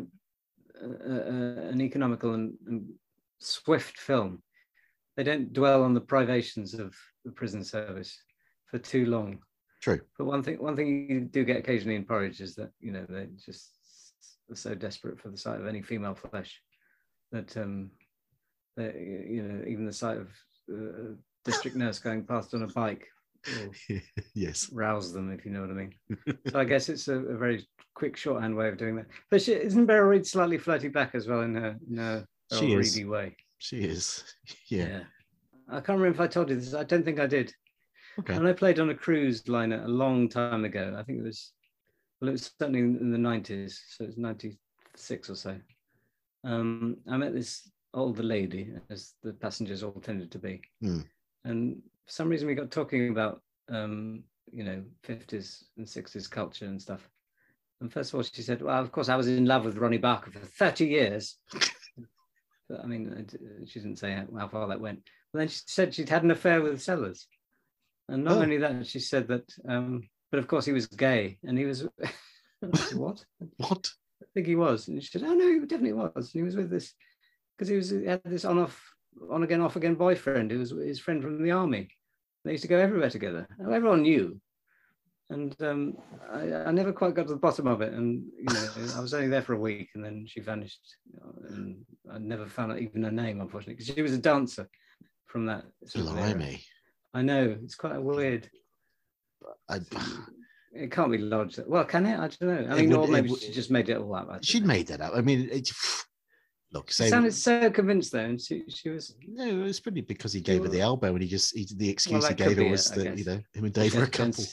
a, a- an economical and, and swift film, they don't dwell on the privations of the prison service for too long. True. But one thing, one thing you do get occasionally in Porridge is that you know they just are so desperate for the sight of any female flesh that um, that, you know even the sight of uh, district nurse going past on a bike will yes rouse them if you know what I mean. so I guess it's a, a very quick shorthand way of doing that. But she, isn't Beryl Reed slightly flirty back as well in her in her Beryl She is. Reedy way? She is. Yeah. I can't remember if I told you this. I don't think I did. Okay. And I played on a cruise liner a long time ago. I think it was, well, it was certainly in in the 90s. So it was 96 or so. Um, I met this older lady, as the passengers all tended to be. Hmm. And for some reason, we got talking about, um, you know, 50s and 60s culture and stuff. And first of all, she said, Well, of course, I was in love with Ronnie Barker for 30 years. But, I mean, I d- uh, she didn't say how, how far that went. But then she said she'd had an affair with Sellers. And not Oh. only that, she said that, um, but of course, he was gay. And he was, I said, What? What? I think he was. And she said, Oh, no, he definitely was. And he was with this, because he was he had this on off, on again, off again boyfriend who was his friend from the army. They used to go everywhere together. And Everyone knew and um, I, I never quite got to the bottom of it. And you know, I was only there for a week, and then she vanished, and I never found out even her name, unfortunately, because she was a dancer from that. Sort of era. Blimey. I know it's quite a weird. I, it can't be lodged. Well, can it? I don't know. I It mean, would- or it maybe would- she just made it all up. I don't She'd know. made that up. I mean, it, look, She so sounded so convinced though, and she, she was. No, it was pretty because he gave her the elbow, and he just he, the excuse he that could gave her be it, was I that guess. you know him and Dave were a couple.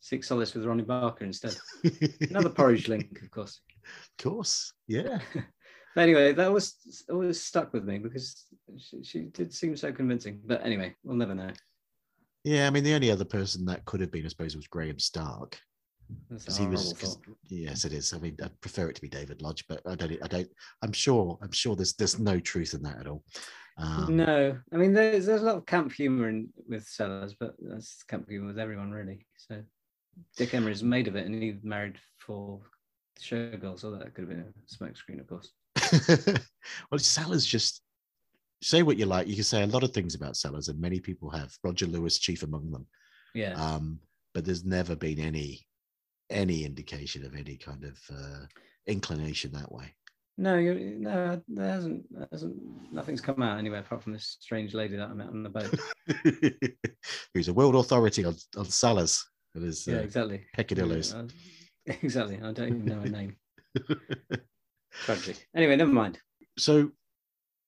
Six solace with Ronnie Barker instead. Another porridge link, of course. Of course, yeah. But anyway, that was always stuck with me because she, she did seem so convincing. But anyway, we'll never know. Yeah, I mean, the only other person that could have been, I suppose, was Graham Stark. That's a 'Cause he was, horrible 'cause- yes, it is. I mean, I prefer it to be David Lodge, but I don't. I don't. I'm sure. I'm sure there's there's no truth in that at all. Um, no, I mean there's there's a lot of camp humor in with Sellers, but that's camp humor with everyone really. So Dick Emery is made of it, and he married four showgirls. So that could have been a smokescreen, of course. Well, Sellers just say what you like. You can say a lot of things about Sellers, and many people have. Roger Lewis, chief among them. Yeah. Um, but there's never been any any indication of any kind of uh, inclination that way. No, you're, no, there hasn't, there hasn't, nothing's come out anywhere apart from this strange lady that I met on the boat. Who's a world authority on on Salas and his yeah, uh, exactly. peccadillos. Yeah, I- exactly. I don't even know her name. Tragic. Anyway, never mind. So,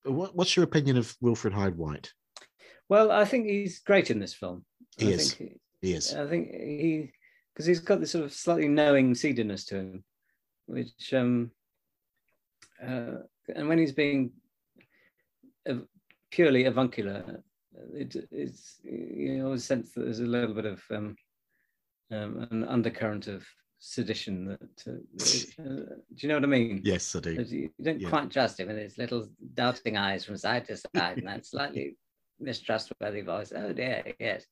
uh, what, what's your opinion of Wilfred Hyde White? Well, I think he's great in this film. He I is. Think He is. I think he because he's got this sort of slightly knowing seediness to him, which um, uh, and when he's being ev- purely avuncular, it, it's you always sense that there's a little bit of um, um, an undercurrent of sedition that. Uh, uh, do you know what I mean? Yes, I do. That You you don't Yeah. quite trust him, and his little doubting eyes from side to side, and that slightly mistrustworthy voice. Oh dear, yes.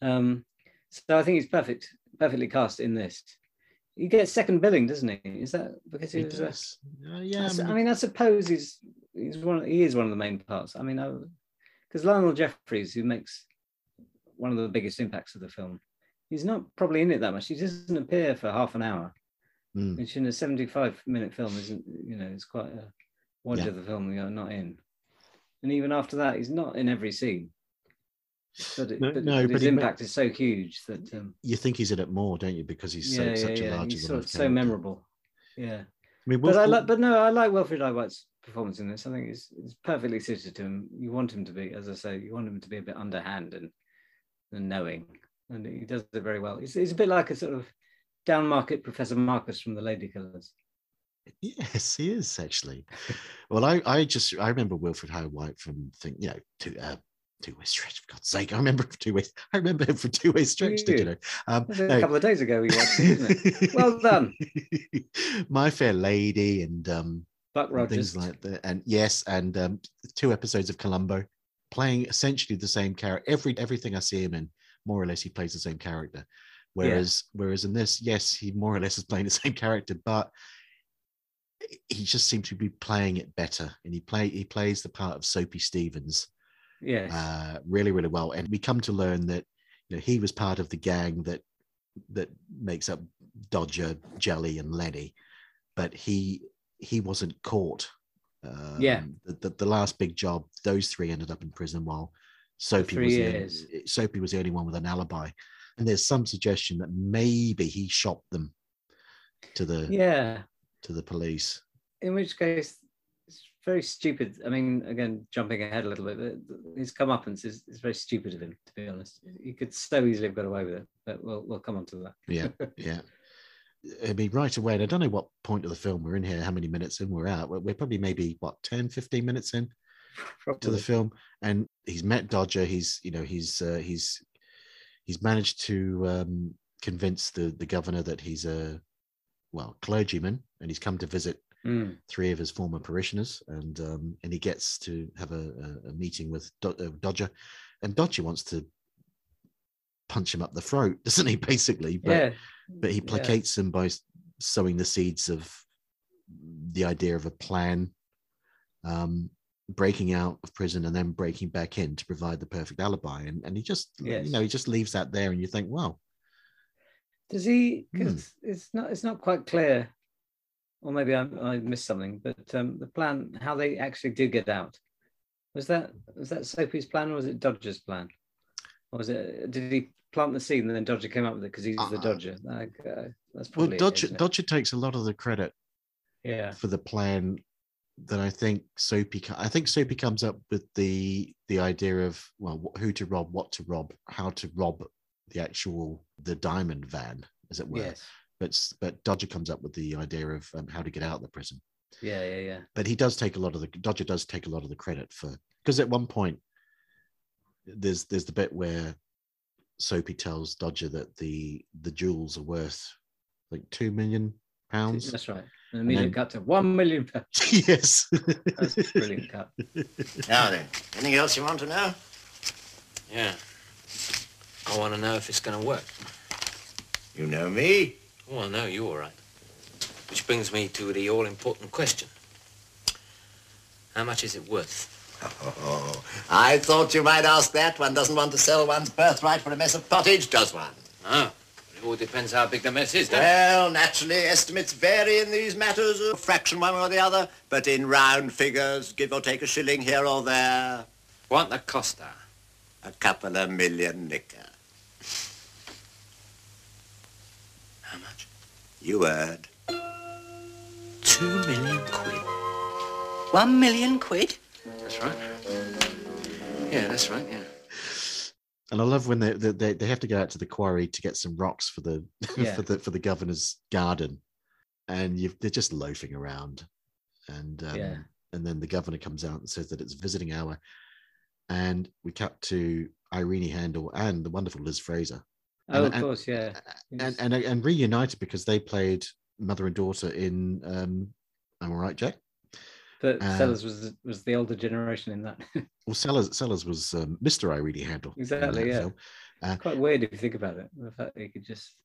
Um, so I think he's perfect, perfectly cast in this. He gets second billing, doesn't he? Is that because he, He was? does. Uh, yeah, I, su- I mean- I mean, I suppose he's he's one. He is one of the main parts. I mean, because Lionel Jeffries, who makes one of the biggest impacts of the film, he's not probably in it that much. He doesn't appear for half an hour, Mm. which in a seventy-five minute film isn't. You know, it's quite a wonder Yeah. of the film you're not in. And even after that, he's not in every scene. But, it, No, but, no, but but his he ma- impact is so huge that um, You think he's in it more, don't you? Because he's so, yeah, yeah, such a yeah. larger he's than sort life of so character. memorable. Yeah. I mean, But I Wilf- like, but no, I like Wilfred I. White's performance in this. I think it's, it's perfectly suited to him. You want him to be, as I say, you want him to be a bit underhand and than knowing, and he does it very well. It's, it's a bit like a sort of down market Professor Marcus from the Ladykillers. Yes, he is actually. Well, I, I just I remember Wilfred Howard White from thing, you know, two uh, two way stretch. For God's sake, I remember him from two way. I remember him from two way stretch. Did you know? Um, It was a no, couple of days ago we watched, it, wasn't it? well done. My Fair Lady and um, Buck and things Rogers. like that, and yes, and um, two episodes of Columbo, playing essentially the same character. Every everything I see him in, more or less, he plays the same character. Whereas whereas in this, yes, he more or less is playing the same character, but he just seems to be playing it better, and he play he plays the part of Soapy Stevens Yes. uh, really, really well. And we come to learn that you know he was part of the gang that that makes up Dodger, Jelly, and Lenny, but he he wasn't caught. Um, Yeah. The, the, the last big job, those three ended up in prison while Soapy three was years. the only, Soapy was the only one with an alibi. And there's some suggestion that maybe he shot them to the Yeah. to the police. In which case, it's very stupid. I mean, again, jumping ahead a little bit, but his comeuppance is, is very stupid of him, to be honest. He could so easily have got away with it, but we'll, we'll come on to that. Yeah, yeah. I mean, right away, and I don't know what point of the film we're in here, how many minutes in we're out. We're, we're probably maybe, what, 10, 15 minutes in to the Probably. film. And he's met Dodger. He's, you know, he's, uh, he's, he's managed to um, convince the, the governor that he's a, well, clergyman and he's come to visit Mm. three of his former parishioners. And, um, and he gets to have a, a, a meeting with Do- uh, Dodger. And Dodger wants to punch him up the throat, doesn't he? Basically, but Yeah. but he Yeah. placates him by s- sowing the seeds of the idea of a plan, um, breaking out of prison and then breaking back in to provide the perfect alibi. And and he just Yes. you know he just leaves that there, and you think, wow, Does he? Hmm. Because it's not it's not quite clear, or maybe I, I missed something. But um, the plan, how they actually do get out, was that was that Soapy's plan or was it Dodger's plan, or was it did he plant the seed and then Dodger came up with it because he's the Dodger? Like, uh, Uh-uh. that's well, probably it, Dodger isn't it? Dodger takes a lot of the credit Yeah. for the plan that I think Soapy co- I think Soapy comes up with the the idea of well wh- who to rob, what to rob, how to rob the actual the diamond van as it were. Yes. But s- but Dodger comes up with the idea of um, how to get out of the prison. Yeah, yeah, yeah. But he does take a lot of the Dodger does take a lot of the credit for because at one point there's there's the bit where Soapy tells Dodger that the the jewels are worth like two million pounds. That's right. And An immediate then- cut to one million pounds. Yes. That's a brilliant cut. Now then, anything else you want to know? Yeah. I want to know if it's going to work. You know me. Oh, I know you all right. Which brings me to the all-important question. How much is it worth? Oh, I thought you might ask that. One doesn't want to sell one's birthright for a mess of pottage, does one? No. Ah, It all depends how big the mess is, doesn't it? Well, naturally, estimates vary in these matters, a fraction one or the other, but in round figures, give or take a shilling here or there. What the cost are? A couple of million nicker. How much? You heard. Two million quid. One million quid? That's right. Yeah, that's right, yeah. And I love when they, they- they they have to go out to the quarry to get some rocks for the Yeah. for the for the governor's garden, and you've, they're just loafing around, and um, Yeah. and then the governor comes out and says that it's visiting hour, and we cut to Irene Handel and the wonderful Liz Fraser. Oh, And- of and- course, yeah. and, and and reunited because they played mother and daughter in um, I'm all right, Jack. But uh, Sellers was was the older generation in that. Well, Sellers Sellers was um, Mr. Irene Handel. in that Exactly, yeah. film. Uh, It's quite weird if you think about it. The fact that he could just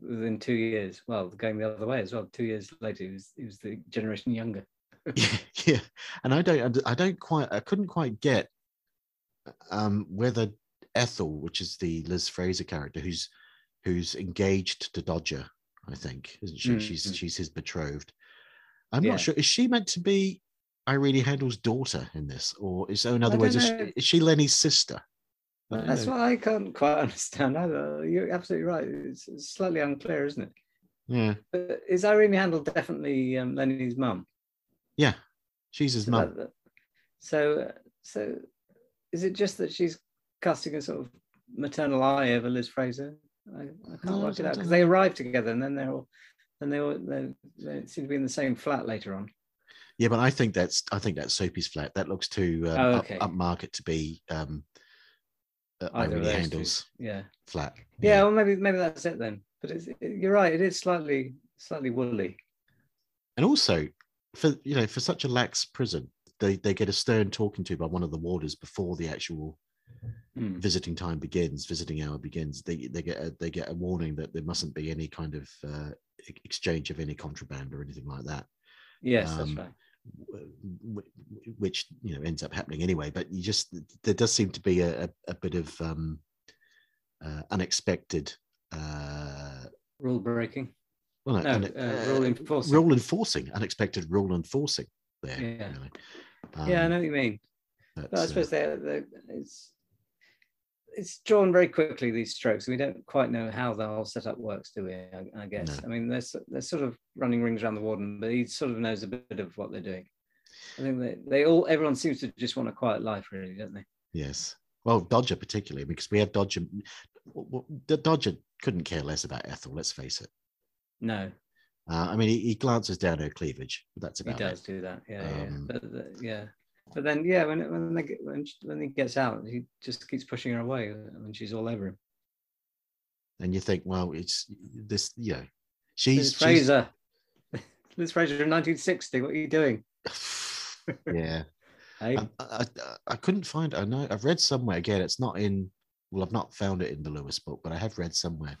within two years, well, going the other way as well. Two years later, he was he was the generation younger. yeah and i don't und- i don't quite i couldn't quite get um whether ethel which is the liz fraser character who's who's engaged to dodger i think isn't she she's Mm. she's his betrothed i'm Yeah. not sure is she meant to be irene handel's daughter in this or is so in other I words is don't she, know. is she lenny's sister I don't That's know. what I can't quite understand either. You're absolutely right. It's it's slightly unclear, isn't it? yeah But is Irene Handel definitely um, Lenny's mum? yeah she's his So mum that- So so is it just that she's casting a sort of maternal eye over Liz Fraser. I, I can't No, work it I don't out because know. they arrive together and then they're all, and they all they, they seem to be in the same flat later on. Yeah, but I think that's I think that's Soapy's flat. That looks too um, Oh, up- okay. upmarket to be um, uh, Either Irene of those two, Handel's yeah. flat. Yeah, well, maybe maybe that's it then. But it's, it, you're right; it is slightly slightly woolly. And also, for you know, for such a lax prison, they they get a stern talking to by one of the warders before the actual Hmm. visiting time begins, visiting hour begins. They they get a, they get a warning that there mustn't be any kind of uh, e- exchange of any contraband or anything like that. Yes, that's Um, right. w- w- Which you know ends up happening anyway, but you just there does seem to be a, a, a bit of um, uh, unexpected uh, Rule breaking. well, No, and- uh, rule enforcing. rule enforcing, unexpected rule enforcing there. Yeah. really. yeah, I Um, know what you mean. but, But I uh, suppose they're, they're, it's it's drawn very quickly these strokes. We don't quite know how the whole setup works, do we? I, I guess. I mean, they're s- they're sort of running rings around the warden, but he sort of knows a bit of what they're doing. I think they, they all everyone seems to just want a quiet life, really, don't they? Yes. Well, Dodger particularly, because we had Dodger. w- w- D- Dodger couldn't care less about Ethel. Let's face it. No, Uh, I mean, he, he glances down her cleavage, but that's he about does it. do that. Yeah, yeah, yeah. Um, But, the- yeah. But then, yeah, when when they get, when, she- when he gets out, he just keeps pushing her away, and she's all over him. And you think, well, it's this. You know, she's Liz she's- Fraser. Liz Fraser in 1960. What are you doing? yeah. Hey? Um, I, I, I couldn't find. I know I've read somewhere again. It's not in. Well, I've not found it in the Lewis book, but I have read somewhere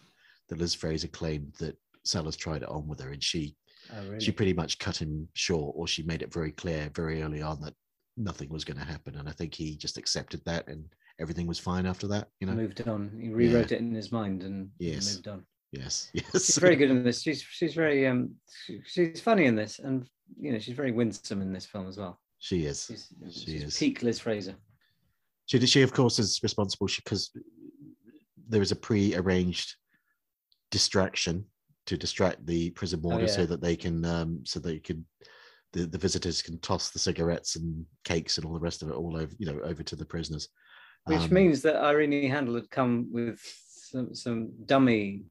that Liz Fraser claimed that Sellers tried it on with her, and she Oh, really? she pretty much cut him short, or she made it very clear very early on that nothing was going to happen. And I think he just accepted that, and everything was fine after that. You know, moved on. He rewrote it in his mind and and Yes. moved on. Yes, yes. She's very good in this. She's she's very um she- she's funny in this, and you know she's very winsome in this film as well. She is. She's, She she's is. peak Liz Fraser. She did. She of course is responsible because there is a pre-arranged distraction to distract the prison warder so Oh, yeah. that they can um, so they can the, the visitors can toss the cigarettes and cakes and all the rest of it all over you know over to the prisoners. Which Um, means that Irene Handel had come with some, some dummy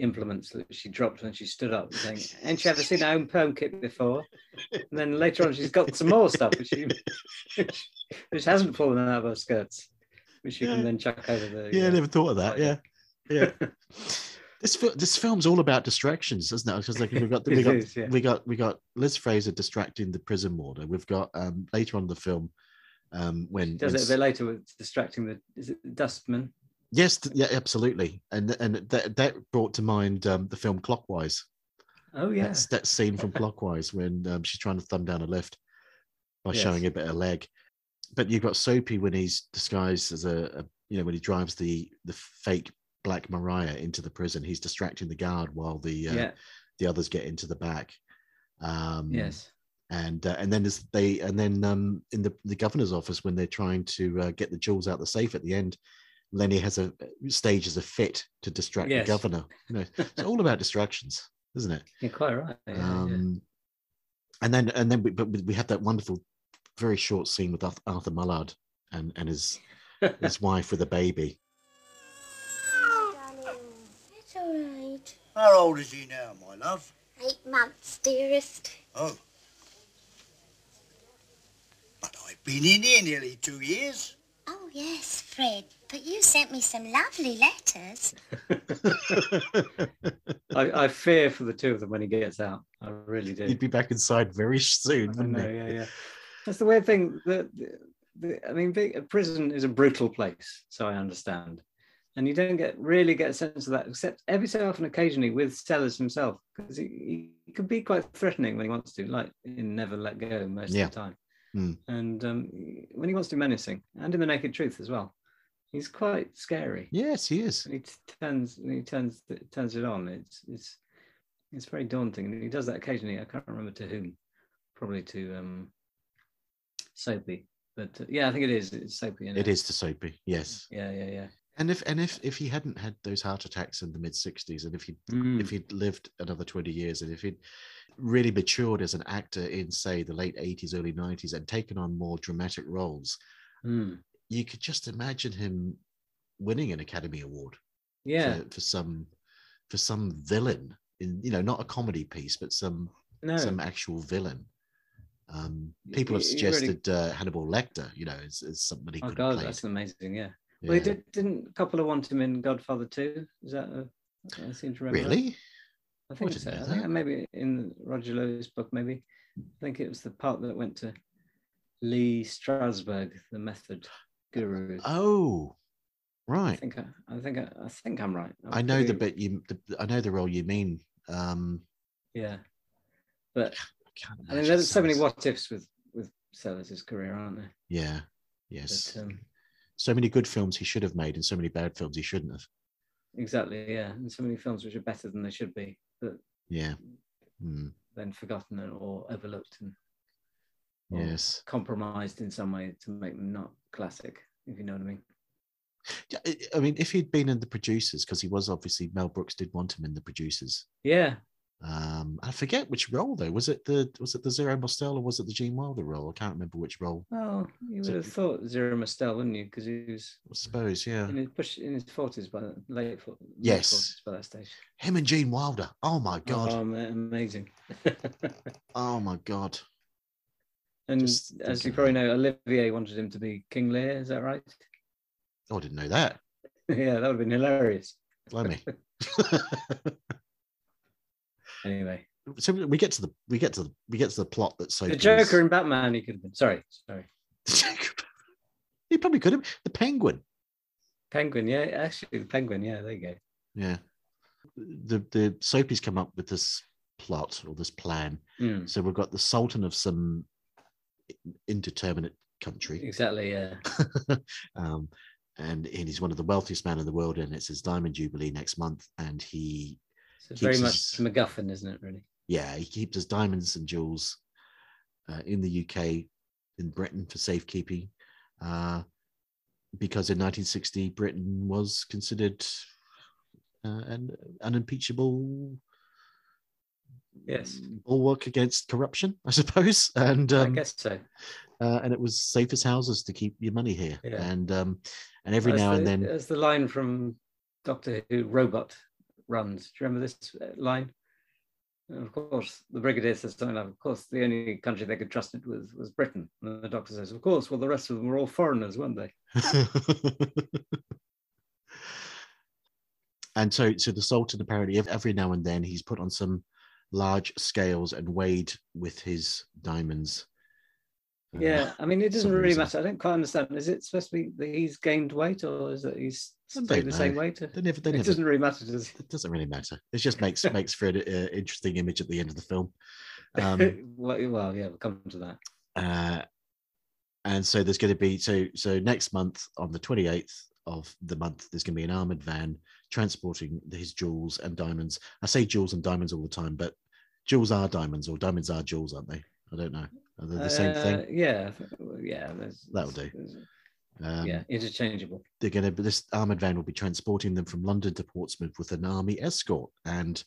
implements that she dropped when she stood up, saying, "Ain't you ever seen a home perm kit before?" And then later on, she's got some more stuff which she, which, which hasn't fallen out of her skirts, which she Yeah. can then chuck over the. yeah, I uh, never thought of that. Yeah, yeah. this fil- this film's all about distractions, isn't it? Because like we've got It we got is, yeah. we got we got Liz Fraser distracting the prison warder. We've got um, later on in the film um, when does when it a bit later with distracting the is it the dustman? Yes, th- yeah, absolutely, and and that that brought to mind um, the film Clockwise. Oh yeah. That's that scene from Clockwise when um, she's trying to thumb down a lift by Yes. showing a bit of leg. But you've got Soapy when he's disguised as a, a you know when he drives the the fake Black Mariah into the prison. He's distracting the guard while the uh, Yeah. the others get into the back. Um, Yes. And, uh, and then there's they and then um, in the, the governor's office when they're trying to uh, get the jewels out the safe at the end, Lenny has a uh, stages a fit to distract Yes. the governor. You know, it's all about distractions, isn't it? You're quite right. yeah, yeah. Um, and then and then we, but we we had that wonderful, very short scene with Arth- Arthur Mullard and and his his wife with a baby. It's all right. How old is he now, my love? Eight months, dearest. Oh. But I've been in here nearly two years. Oh, yes, Fred. But you sent me some lovely letters. I, I fear for the two of them when he gets out. I really do. He'd be back inside very soon, I wouldn't know, he? yeah, yeah. That's the weird thing. That the, I mean, being- a prison is a brutal place, so I understand, and you don't get really get a sense of that except every so often, occasionally, with Sellers himself, because he, he can be quite threatening when he wants to, like in Never Let Go most Yeah. of the time, Mm. and um, when he wants to, menacing, and in The Naked Truth as well. He's quite scary. Yes, he is. When he t- turns, when he turns, turns it on. It's it's it's very daunting, and he does that occasionally. I can't remember to whom, probably to um, Soapy. But uh, yeah, I think it is. It's Soapy. is It is to Soapy, yes. Yeah, yeah, yeah. And if and if if he hadn't had those heart attacks in the mid sixties, and if he Mm. if he'd lived another twenty years, and if he'd really matured as an actor in say the late eighties, early nineties, and taken on more dramatic roles, Mm. you could just imagine him winning an Academy Award. Yeah. For, for some for some villain in you know not a comedy piece but some No. some actual villain. Um, people have You- you really- suggested uh, Hannibal Lecter. You know, as, as somebody Oh could God, play. that's amazing. Yeah. Well, he Yeah. did, didn't Coppola want him in Godfather Two? Is that? A, I seem to remember. that. Really? I I think didn't so. know I think that. maybe in Roger Lowe's book, maybe. I think it was the part that went to Lee Strasberg, the method guru. Oh, I right. think I, I think I, I think I'm right. I'm I know the pretty- bit you. The, I know the role you mean. Um, Yeah, but can't I mean, imagine there's so many Sellers. what ifs with with Sellers' career, aren't there? Yeah. Yes. But, um, so many good films he should have made, and so many bad films he shouldn't have. Exactly. Yeah, and so many films which are better than they should be, but Yeah. Hmm. then forgotten and- or overlooked and or Yes. compromised in some way to make them not classic. If you know what I mean. Yeah, I- I mean, if he'd been in the producers, because he was obviously Mel Brooks did want him in the producers. Yeah. Um, I forget which role though. Was it the was it the Zero Mostel or was it the Gene Wilder role? I can't remember which role. Well, you So- would have thought Zero Mostel, wouldn't you? Because he was I suppose, yeah. in his push in his forties by the late fo- late Uh. Yes. 40s by that stage. Him and Gene Wilder. Oh my god. Oh, ma- amazing. oh my god. And Just as you thinking probably know, Olivier wanted him to be King Lear. Is that right? Oh, I didn't know that. yeah, that would have been hilarious. Blimey. anyway. So we get to the we get to the we get to the plot that's so the Joker and Batman, he could have been. Sorry, sorry. He probably could have. The penguin. Penguin, yeah, actually, the penguin, yeah, there you go. Yeah. The the soapies come up with this plot or this plan. Mm. So we've got the Sultan of some i- indeterminate country. Exactly, yeah. um, and, and he's one of the wealthiest men in the world, and it's his diamond jubilee next month, and he So keeps very much his- MacGuffin, isn't it, really? yeah, he keeps his diamonds and jewels uh, in the UK, in Britain for safekeeping, uh, because in 1960 Britain was considered uh, an unimpeachable Yes. bulwark against corruption, I suppose. And um, I guess so. uh, and it was safe as houses to keep your money here, Yeah. and um, and every As now and the- then, As the line from Doctor Who Robot runs. Do you remember this uh, line? And of course, the Brigadier says something like, of course, the only country they could trust it with was Britain. And the Doctor says, of course, well, the rest of them were all foreigners, weren't they? and so so the Sultan apparently ev- every now and then he's put on some large scales and weighed with his diamonds. Uh, Yeah, I mean, it doesn't some really reason. matter. I don't quite understand. Is it supposed to be that he's gained weight or is that he's I don't stayed the same know. weight? They never- they it never- doesn't really matter, does it? It doesn't really matter. It just makes makes for an uh, interesting image at the end of the film. Um, well, well, yeah, we'll come to that. uh, and so there's going to be so so next month on the 28th of the month there's going to be an armored van transporting his jewels and diamonds i say jewels and diamonds all the time but jewels are diamonds or diamonds are jewels aren't they i don't know are they the same Uh, thing Yeah, I think- well, yeah. there's- that'll do there's- um, yeah, interchangeable. they're going to this armored van will be transporting them from london to portsmouth with an army escort and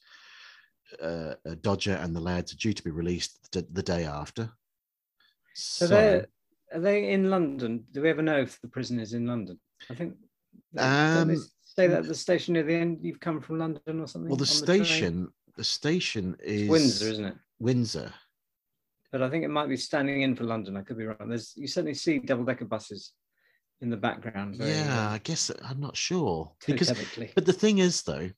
uh, uh, dodger and the lads are due to be released the, the day after So, they're are they in London? Do we ever know if the prison is in London? I think. don't they Um, say that at the station at the end, you've come from London or something. Well, the on train? station, the station is Windsor, isn't it? Windsor. but I think it might be standing in for London. I could be wrong. There's you certainly see double decker buses in the background. very, uh, yeah, I guess I'm not sure because. Totally. But the thing is, though,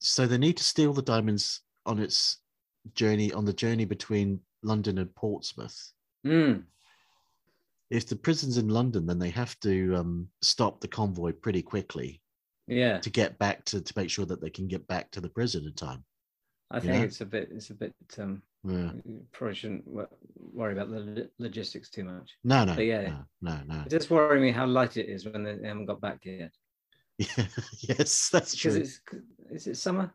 so they need to steal the diamonds on its journey on the journey between London and Portsmouth. Mm. If the prison's in London, then they have to um, stop the convoy pretty quickly. Yeah. To get back to to make sure that they can get back to the prison in time. I you think know? it's a bit. It's a bit. Um, Yeah. you Probably shouldn't wo- worry about the lo- logistics too much. No, no, But yeah, no, no, no. it does worry me how light it is when they haven't got back yet. yes, that's Because true. it's is it summer?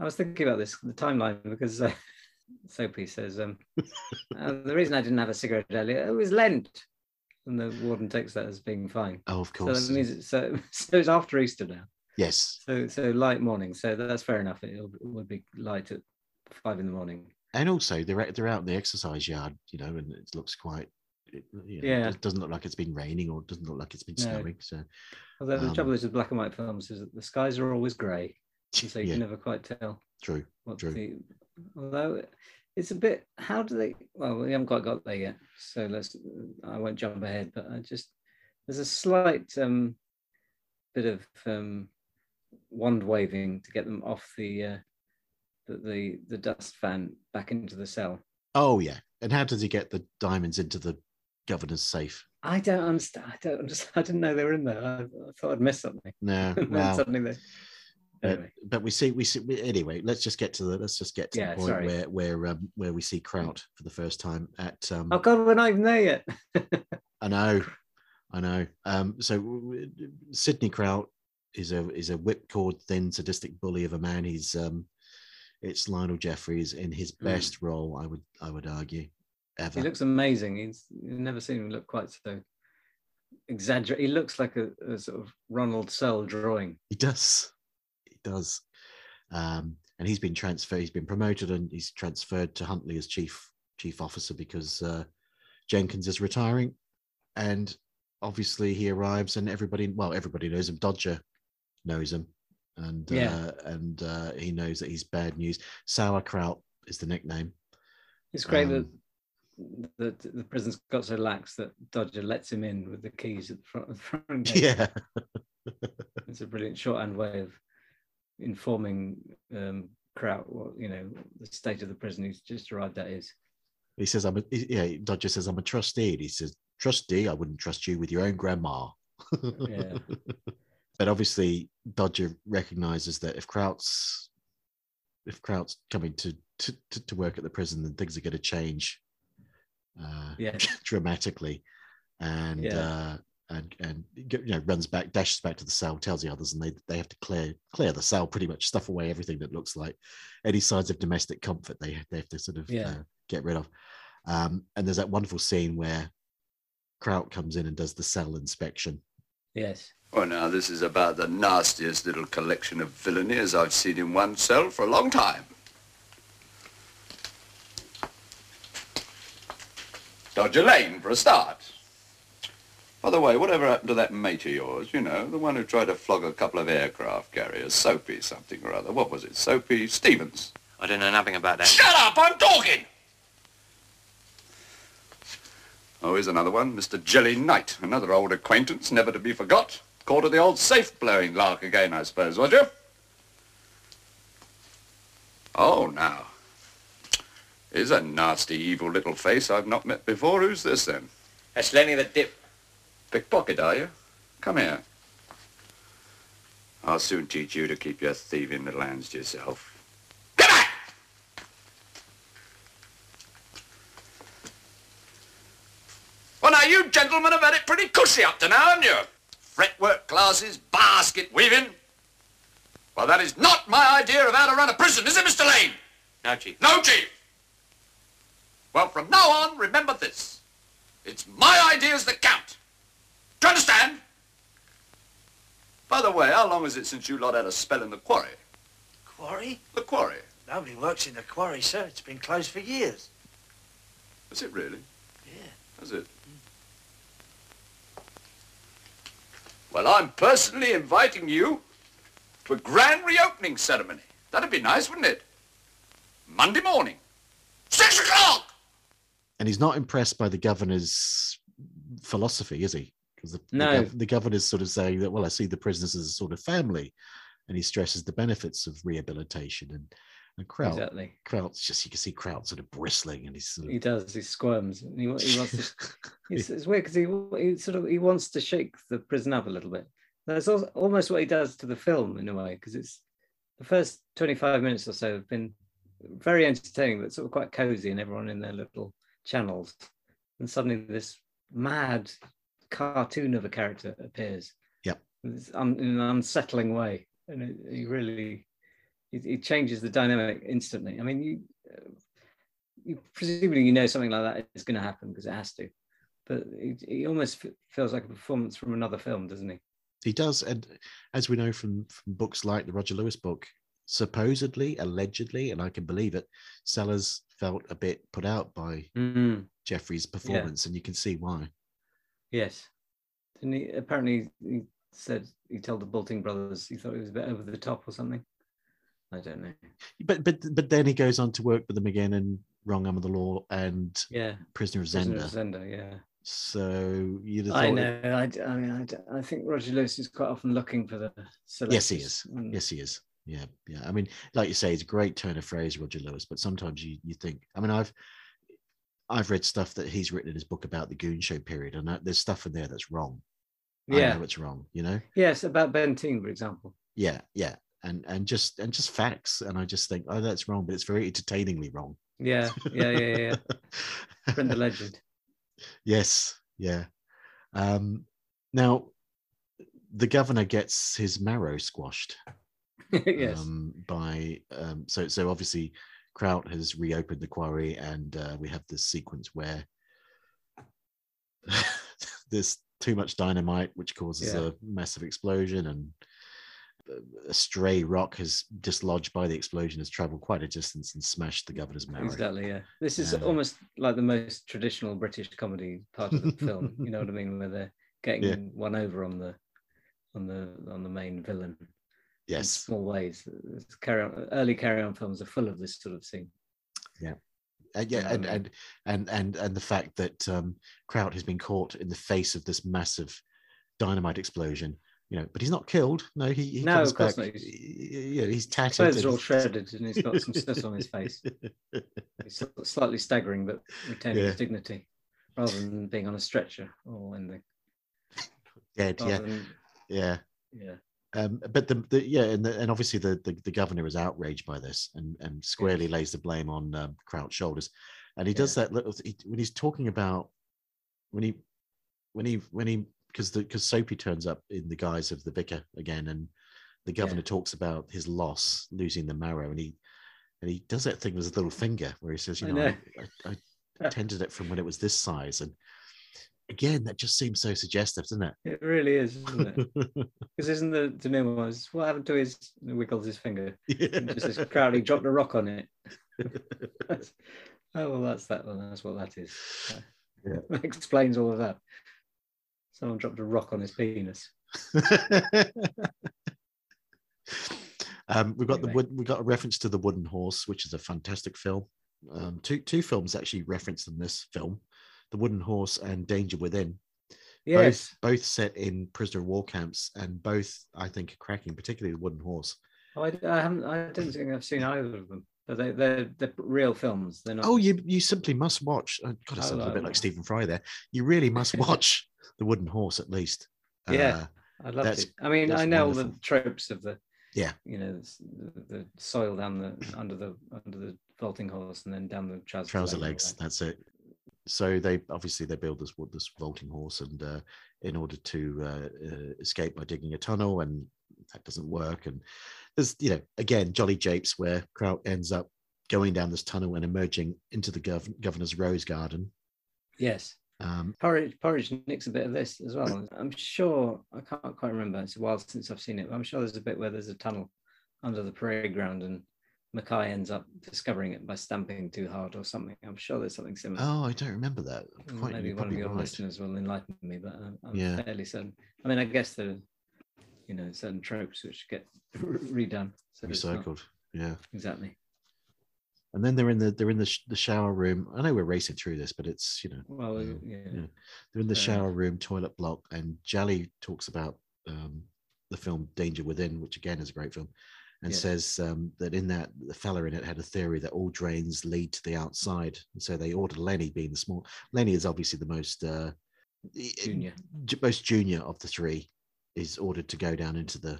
I was thinking about this the timeline because uh, Soapy says um, uh, the reason I didn't have a cigarette earlier it was Lent, and the warden takes that as being fine. Oh, of course. So that means it's, so, so it's after Easter now. Yes. So so light morning. So that's fair enough. It'll, it would be light at five in the morning. and also they're out- they're out in the exercise yard, you know, and it looks quite It, you know, Yeah. It doesn't look like it's been raining or it doesn't look like it's been No. snowing. So, Although the um, trouble is with black and white films is that the skies are always grey, and so you Yeah. can never quite tell. True, What true. The, although it's a bit, how do they? Well, we haven't quite got there yet, so let's. I won't jump ahead, but I just there's a slight um, bit of um, wand waving to get them off the, uh, the the the dust fan back into the cell. oh yeah. And how does he get the diamonds into the governor's safe? I don't understand. I don't understand. I didn't know they were in there. I, I thought I'd missed something. No, And then well, suddenly they. But, Anyway. but we see we see we, anyway. Let's just get to the let's just get to Yeah, the point sorry. where where um, where we see Kraut for the first time at. Um, Oh God, we're not even there yet. I know, I know. Um, so w- w- Sydney Kraut is a is a whipcord thin sadistic bully of a man. He's um, it's Lionel Jeffries in his Mm. best role. I would I would argue ever. He looks amazing. He's you've never seen him look quite so exaggerate. He looks like a, a sort of Ronald Searle drawing. He does. He does. Um, and he's been transferred. He's been promoted, and he's transferred to Huntley as chief chief officer because uh, Jenkins is retiring. And obviously, he arrives, and everybody well, everybody knows him. Dodger knows him, and Yeah. uh, and uh, he knows that he's bad news. Sauerkraut is the nickname. It's great Um, that the, the prison's got so lax that Dodger lets him in with the keys at the front of the front gate. Yeah. it's a brilliant shorthand way of informing um, Kraut what you know the state of the prison he's just arrived at is. He says, "I'm a he- yeah." Dodger says, "I'm a trustee." And he says, "Trustee, I wouldn't trust you with your own grandma." Yeah. but obviously Dodger recognizes that if Kraut's if Kraut's coming to to, to, to work at the prison, then things are going to change uh, Yeah. dramatically, and Yeah. uh, and and you know runs back, dashes back to the cell, tells the others, and they they have to clear clear the cell pretty much, stuff away everything that looks like any signs of domestic comfort. They they have to sort of Yeah. uh, get rid of. Um, and there's that wonderful scene where Kraut comes in and does the cell inspection. Yes. Oh, now, this is about the nastiest little collection of villainies I've seen in one cell for a long time. Dodger Lane, for a start. By the way, whatever happened to that mate of yours, you know, the one who tried to flog a couple of aircraft carriers, Soapy something or other. What was it, Soapy Stevens? I don't know nothing about that. Shut up, I'm talking! Oh, here's another one, Mr. Jelly Knight, another old acquaintance, never to be forgot. Caught at the old safe-blowing lark again, I suppose, was you? Oh, now. Here's a nasty, evil little face I've not met before. Who's this, then? That's Lenny the Dip. Pickpocket, are you? Come here. I'll soon teach you to keep your thieving little hands to yourself. Well, now, you gentlemen have had it pretty cushy up to now, haven't you? Fretwork classes, basket weaving. Well, that is not my idea of how to run a prison, is it, Mr. Lane? No, Chief. No, Chief. Well, from now on, remember this. It's my ideas that count. Do you understand? By the way, how long is it since you lot had a spell in the quarry? Quarry? The quarry? Nobody works in the quarry, sir. It's been closed for years. Is it really? Yeah. Is it? Well, I'm personally inviting you to a grand reopening ceremony. That'd be nice, wouldn't it? Monday morning. Six o'clock! and he's not impressed by the governor's philosophy, is he? Because the, No. the, gov- the governor's sort of saying that, well, I see the prisoners as a sort of family, and he stresses the benefits of rehabilitation and and Kraut. Exactly. Kraut's just you can see Kraut sort of bristling, and he's sort of He does. He squirms. And he, wa- he wants to, it's, it's weird because he, wa- he sort of he wants to shake the prison up a little bit. That's al- almost what he does to the film in a way because it's the first twenty five minutes or so have been very entertaining, but sort of quite cozy, and everyone in their little channels. And suddenly, this mad cartoon of a character appears. Yep. It's un- in an unsettling way, and it, he really it, it changes the dynamic instantly. I mean, you you presumably you know something like that is going to happen because it has to but it, it almost f- feels like a performance from another film doesn't he he does, and as we know from from books like the Roger Lewis book, supposedly, allegedly, and I can believe it, Sellers felt a bit put out by Mm. Jeffrey's performance, and you can see why. Yes. Didn't he? Apparently, he said he told the Bolting brothers he thought it was a bit over the top or something. I don't know. But but but then he goes on to work with them again in Wrong Arm of the Law and Yeah. Prisoner of Prisoner Zenda. of Zenda, yeah. So you'd have thought I it- know. I, d- I mean, I, d- I think Roger Lewis is quite often looking for the. Yes, he selectors is. and- Yes, he is. Yeah, yeah. I mean, like you say, it's a great turn of phrase, Roger Lewis. But sometimes you you think. I mean, I've I've read stuff that he's written in his book about the Goon Show period, and that, there's stuff in there that's wrong. I Yeah. know it's wrong. You know. Yes, about Benteen, for example. Yeah, yeah. And and just and just facts, and I just think, oh, that's wrong, but it's very entertainingly wrong. Yeah, yeah, yeah, yeah. yeah. Brenda Legend. Yes, yeah. Um, now, the governor gets his marrow squashed. Yes. Um, by um, so so obviously, Kraut has reopened the quarry, and uh, we have this sequence where there's too much dynamite, which causes Yeah. a massive explosion, and uh, a stray rock has dislodged by the explosion has traveled quite a distance and smashed the governor's marrow. Mm, Exactly. Yeah. This is Yeah. almost like the most traditional British comedy part of the film. You know what I mean? Where they're getting Yeah. one over on the on the on the main villain. Yes. In small ways. It's carry on. Early carry on films are full of this sort of scene. Yeah. And yeah, and, Um, and and and and the fact that um, Kraut has been caught in the face of this massive dynamite explosion, you know, but he's not killed. No, he, he No, comes of course back. not. He's- Yeah, he's tattered. Clothes are and all he's- shredded, and he's got some slit on his face. He's sl- slightly staggering, but retaining Yeah. his dignity, rather than being on a stretcher or anything. Dead. Yeah, rather than- yeah. yeah. Um, but the, the yeah, and the, and obviously the, the the governor is outraged by this and and squarely lays the blame on um, Kraut's shoulders, and he does that little he, when he's talking about when he when he when he because the because Soapy turns up in the guise of the vicar again, and the governor talks about his loss, losing the marrow, and he and he does that thing with his little finger where he says, you I know, know. I, I, I tended it from when it was this size, and again that just seems so suggestive, doesn't it? It really is, isn't it? Because isn't the the meme was what happened to his and he wiggles his finger? And Just says, Crowley dropped a rock on it. That's- oh well, that's that one. That's what that is. Yeah. That explains all of that. Someone dropped a rock on his penis. Um, we've got the wood, we've got a reference to the Wooden Horse, which is a fantastic film. Um, two two films actually referenced in this film, the Wooden Horse and Danger Within. Yes. Both, both set in prisoner of war camps, and both I think are cracking, particularly the Wooden Horse. Oh, I, I haven't. I don't think I've seen either of them. But they, they're they're real films. They're not. Oh, you you simply must watch. oh, God, I I sound a little like bit like that. Stephen Fry there. You really must watch the Wooden Horse at least. Uh, yeah. I'd love that's- to. I mean, that's I know all the wonderful. tropes of the Yeah. you know, s- the, the soil down the under the under the vaulting horse and then down the trouser trouser leg, legs. right? That's it. So they obviously they build this wa- this vaulting horse, and uh, in order to uh, uh, escape by digging a tunnel, and that doesn't work. And there's you know again Jolly Japes where Kraut ends up going down this tunnel and emerging into the gov- governor's rose garden. Yes. Um, Porridge, Porridge nicks a bit of this as well. I'm sure I can't quite remember. It's a while since I've seen it. But I'm sure there's a bit where there's a tunnel under the parade ground and Mackay ends up discovering it by stamping too hard or something. I'm sure there's something similar. oh, I don't remember that. Well, Quite, Hmm. Maybe you're one of probably your right. listeners will enlighten me, but uh, I'm, I'm Yeah. fairly certain. I mean, I guess there are, you know, certain tropes which get redone. So it's not- Recycled. Yeah. Exactly. And then they're in the they're in the, sh- the shower room. I know we're racing through this, but it's you know Well, um, yeah. They're in the Fair enough. shower room toilet block, and Jally talks about um, the film Danger Within, which again is a great film, and Yes. says um, that in that the fella in it had a theory that all drains lead to the outside, and so they ordered Lenny being the small. Lenny is obviously the most uh, Junior. ju- most junior of the three, is ordered to go down into the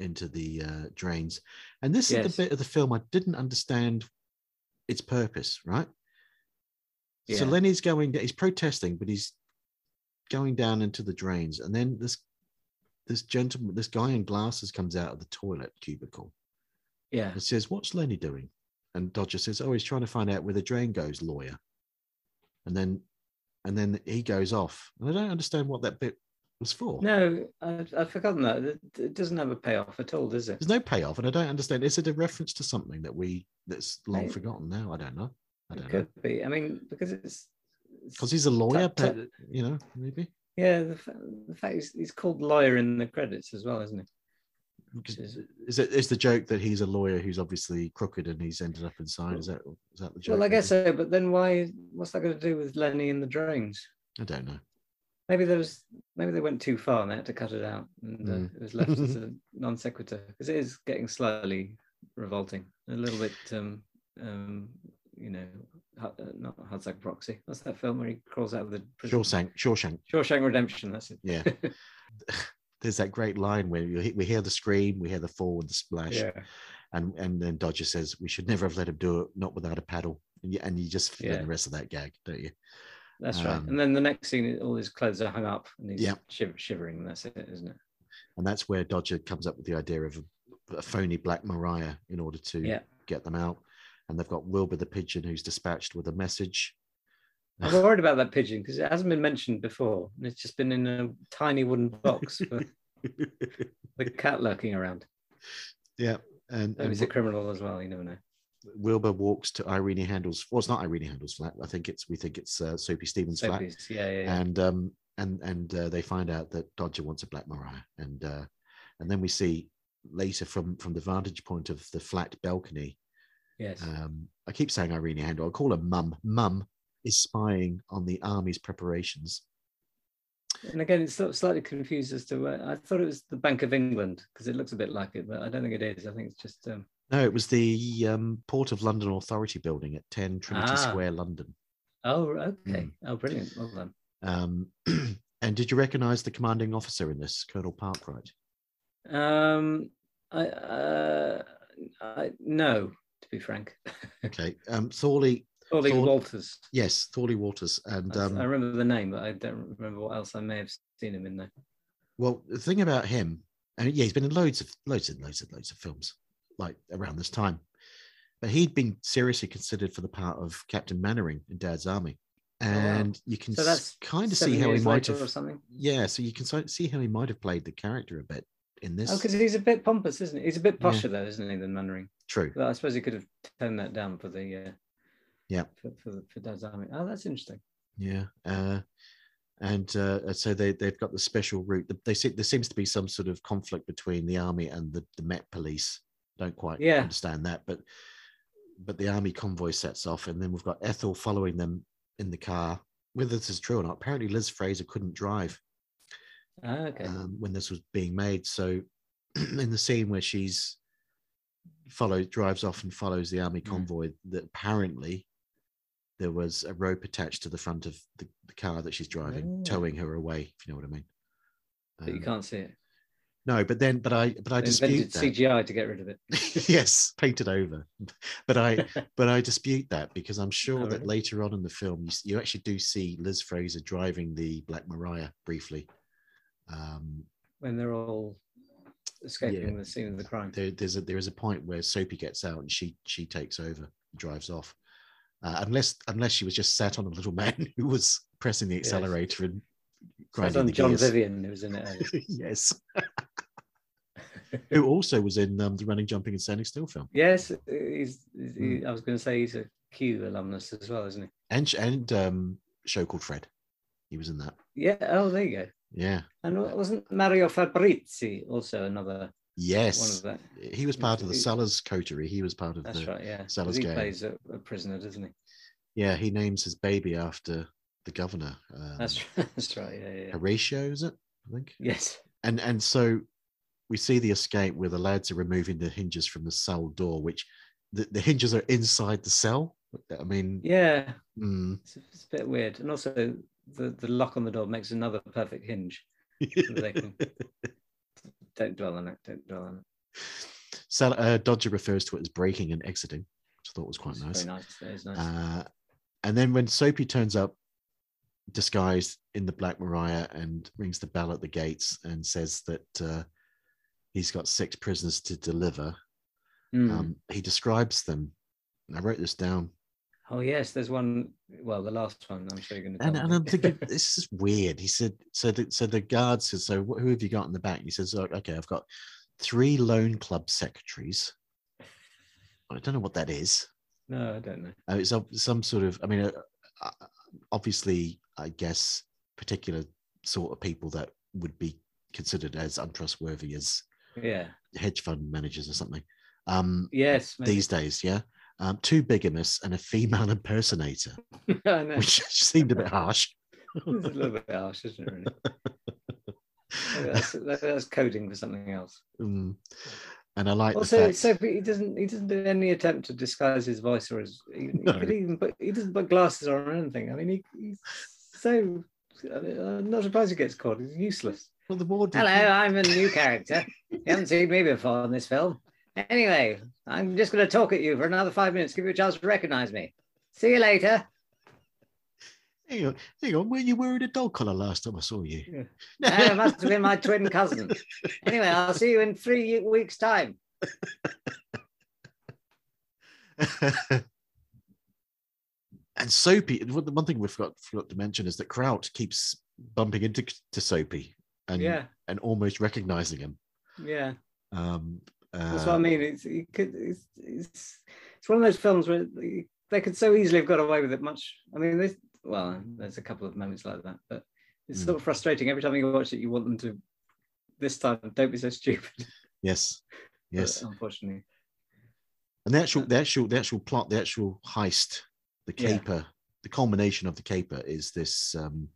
into the uh, drains, and this is Yes. the bit of the film I didn't understand its purpose, right? So Yeah. Lenny's going, he's protesting, but he's going down into the drains, and then this this gentleman, this guy in glasses, comes out of the toilet cubicle Yeah. and says, "What's Lenny doing?" And Dodger says, "Oh, he's trying to find out where the drain goes, lawyer." And then, and then he goes off, and I don't understand what that bit was for. No, I, I've forgotten that. It, it doesn't have a payoff at all, does it? There's no payoff, and I don't understand. Is it a reference to something that we that's long Maybe. forgotten now? I don't know. I don't know. Could be. I mean, because it's Because he's a lawyer, Ta- ta- but you know, maybe yeah. The, fa- the fact is, he's called lawyer in the credits as well, isn't he? Which is- is it is the joke that he's a lawyer who's obviously crooked and he's ended up inside? Is that is that the joke? Well, I guess so. But then why? What's that got to do with Lenny and the drones? I don't know. Maybe there was. Maybe they went too far and they had to cut it out, and uh, Mm. it was left as a non sequitur. Because it is getting slightly revolting, a little bit. Um, um, you know, Hot- uh, not Hardsack Proxy. What's that film where he crawls out of the prison? Shawshank, Shawshank. Shawshank Redemption. That's it. Yeah. There's that great line where you, he- we hear the scream, we hear the fall and the splash, Yeah. and and then Dodger says we should never have let him do it, not without a paddle, and you, and you just feel Yeah. the rest of that gag, don't you? That's right. Um, And then the next scene, all his clothes are hung up and he's Yeah. shiv- shivering. That's it, isn't it? and that's where Dodger comes up with the idea of a, a phony Black Mariah in order to Yeah. get them out. And they've got Wilbur the pigeon who's dispatched with a message. I'm worried about that pigeon because it hasn't been mentioned before. And it's just been in a tiny wooden box with the cat lurking around. Yeah, and, Maybe and he's a criminal as well. You never know. Wilbur walks to Irene Handel's. Well, it's not Irene Handel's flat. I think it's we think it's uh, Soapy Stevens' flat. Soapy's, yeah, yeah, yeah. And um, and and uh, they find out that Dodger wants a Black Mariah, and uh, and then we see later from from the vantage point of the flat balcony. Yes. Um, I keep saying Irene Handel. I call her Mum. Mum is spying on the army's preparations. And again, it's sort of slightly confused as to where I thought it was the Bank of England because it looks a bit like it, but I don't think it is. I think it's just um, No, it was the um, Port of London Authority building at 10 Trinity Ah. Square, London. oh, r- okay. Hmm. Oh, brilliant. Well done. Um, and did you recognize the commanding officer in this, Colonel Parkright? Um, I, uh, I no, to be frank. Okay. Um, Thorley. Thorley Thor- Walters. Yes, Thorley Walters. And I- I um, remember the name, but I don't remember what else I may have seen him in there. well, the thing about him, and yeah, he's been in loads of loads and loads and loads of films like around this time, but he'd been seriously considered for the part of Captain Mannering in Dad's Army. And you can Oh, So that's kind of seven see how he years might later have, or something? yeah. So you can sort of see how he might have played the character a bit in this. Oh, because he's a bit pompous, isn't he? He's a bit Yeah. posher, though, isn't he, than Mannering? True. But I suppose he could have toned that down for the uh, Yeah. for for, the, for Dad's Army. Oh, that's interesting. Yeah, uh, and uh, so they they've got the special route. They, they see, there seems to be some sort of conflict between the army and the, the Met police. Don't quite Yeah. understand that, but but the army convoy sets off, and then we've got Ethel following them in the car. Whether this is true or not, apparently Liz Fraser couldn't drive Ah, okay. um, when this was being made. So in the scene where she's follows drives off and follows the Mm-hmm. army convoy, that apparently there was a rope attached to the front of the, the car that she's driving, Oh. towing her away. If you know what I mean. but you Um, can't see it. No, but then, but I, but I They dispute invented that. CGI to get rid of it. yes, painted over. But I, but I dispute that because I'm sure that really? later on in the film, you, s- you actually do see Liz Fraser driving the Black Mariah briefly. Um, when they're all escaping the scene of the crime. there, there's a there is a point where Soapy gets out and she she takes over, and drives off, uh, unless unless she was just sat on a little man who was pressing the accelerator and That's grinding on the John gears. Vivian, who was in it. earlier. yes. Who also was in um, the running, jumping, and standing still film, Yes, he's, he's- Hmm. he- I was going to say he's a Q alumnus as well, isn't and sh- and um, show called Fred. He was in that. he? Yeah. Oh, there you go. Yeah. And wa- wasn't Mario Fabrizi also another? Yes. One of He was part of the He- Sellers Coterie. He was part of the, that's the Um, right. Yeah. 'Cause Sellers he gang. plays a, a prisoner, doesn't he? Yeah, he names his baby after the governor. Um, That's right. That's right. Yeah. Yeah. yeah. Horatio, is it? I think. Yes. And and so we see the escape where the lads are removing the hinges from the cell door, which the, the hinges are inside the cell. I mean, Yeah. mm, It's, it's a bit weird, and also the the lock on the door makes another perfect hinge. so they can- don't dwell on it. Don't dwell on it. Sal- uh, Dodger refers to it as breaking and exiting, which I thought was quite It's nice. Very nice. That is nice. Uh, and then when Soapy turns up disguised in the Black Mariah and rings the bell at the gates and says that uh, he's got six prisoners to deliver, Mm. um, he describes them. and I wrote this down. Oh yes, there's one. Well, the last one. I'm sure you're going to. And, and I'm thinking, this is weird. He said, so the, so the guard says, so wh- who have you got in the back? He says, "Oh, okay, I've got three loan club secretaries. I don't know what that is. no, I don't know. Uh, it's ob- some sort of, I mean, uh, uh, obviously, I guess, particular sort of people that would be considered as untrustworthy as Yeah. hedge fund managers or something. Um, Yes, maybe. These days, yeah. Um, two bigamists and a female impersonator, I know. which seemed a bit harsh. it's a little bit harsh, isn't it? Really? Maybe that's, that- that's coding for something else. Mm. And I like the Also, fact. so he doesn't he doesn't do any attempt to disguise his voice or his. He, he No. could even put, he doesn't put glasses on or anything. I mean, he, he's so. I'm not surprised he gets caught. He's useless. Well, the ward. Hello, I'm a new character. you haven't seen me before in this film. Anyway, I'm just going to talk at you for another five minutes. Give you a chance to recognise me. See you later. Hang on, hang on, were you wearing a dog collar last time I saw you? That must have been my twin cousin. Anyway, I'll see you in three weeks' time. And Soapy, what the one thing we forgot forgot to mention is that Kraut keeps bumping into to Soapy and Yeah. and almost recognizing him. Yeah, Um, that's uh, what I mean. It's, you could, it's, it's, it's one of those films where they- they could so easily have got away with it much. I mean, there's, well, there's a couple of moments like that, but Hmm. it's sort of frustrating. Every time you watch it, you want them to, this time, don't be so stupid. But Yes, yes. unfortunately. And the actual, the actual, the actual plot, the actual heist, the Uh, Yeah. caper, the culmination of the caper is this. Um,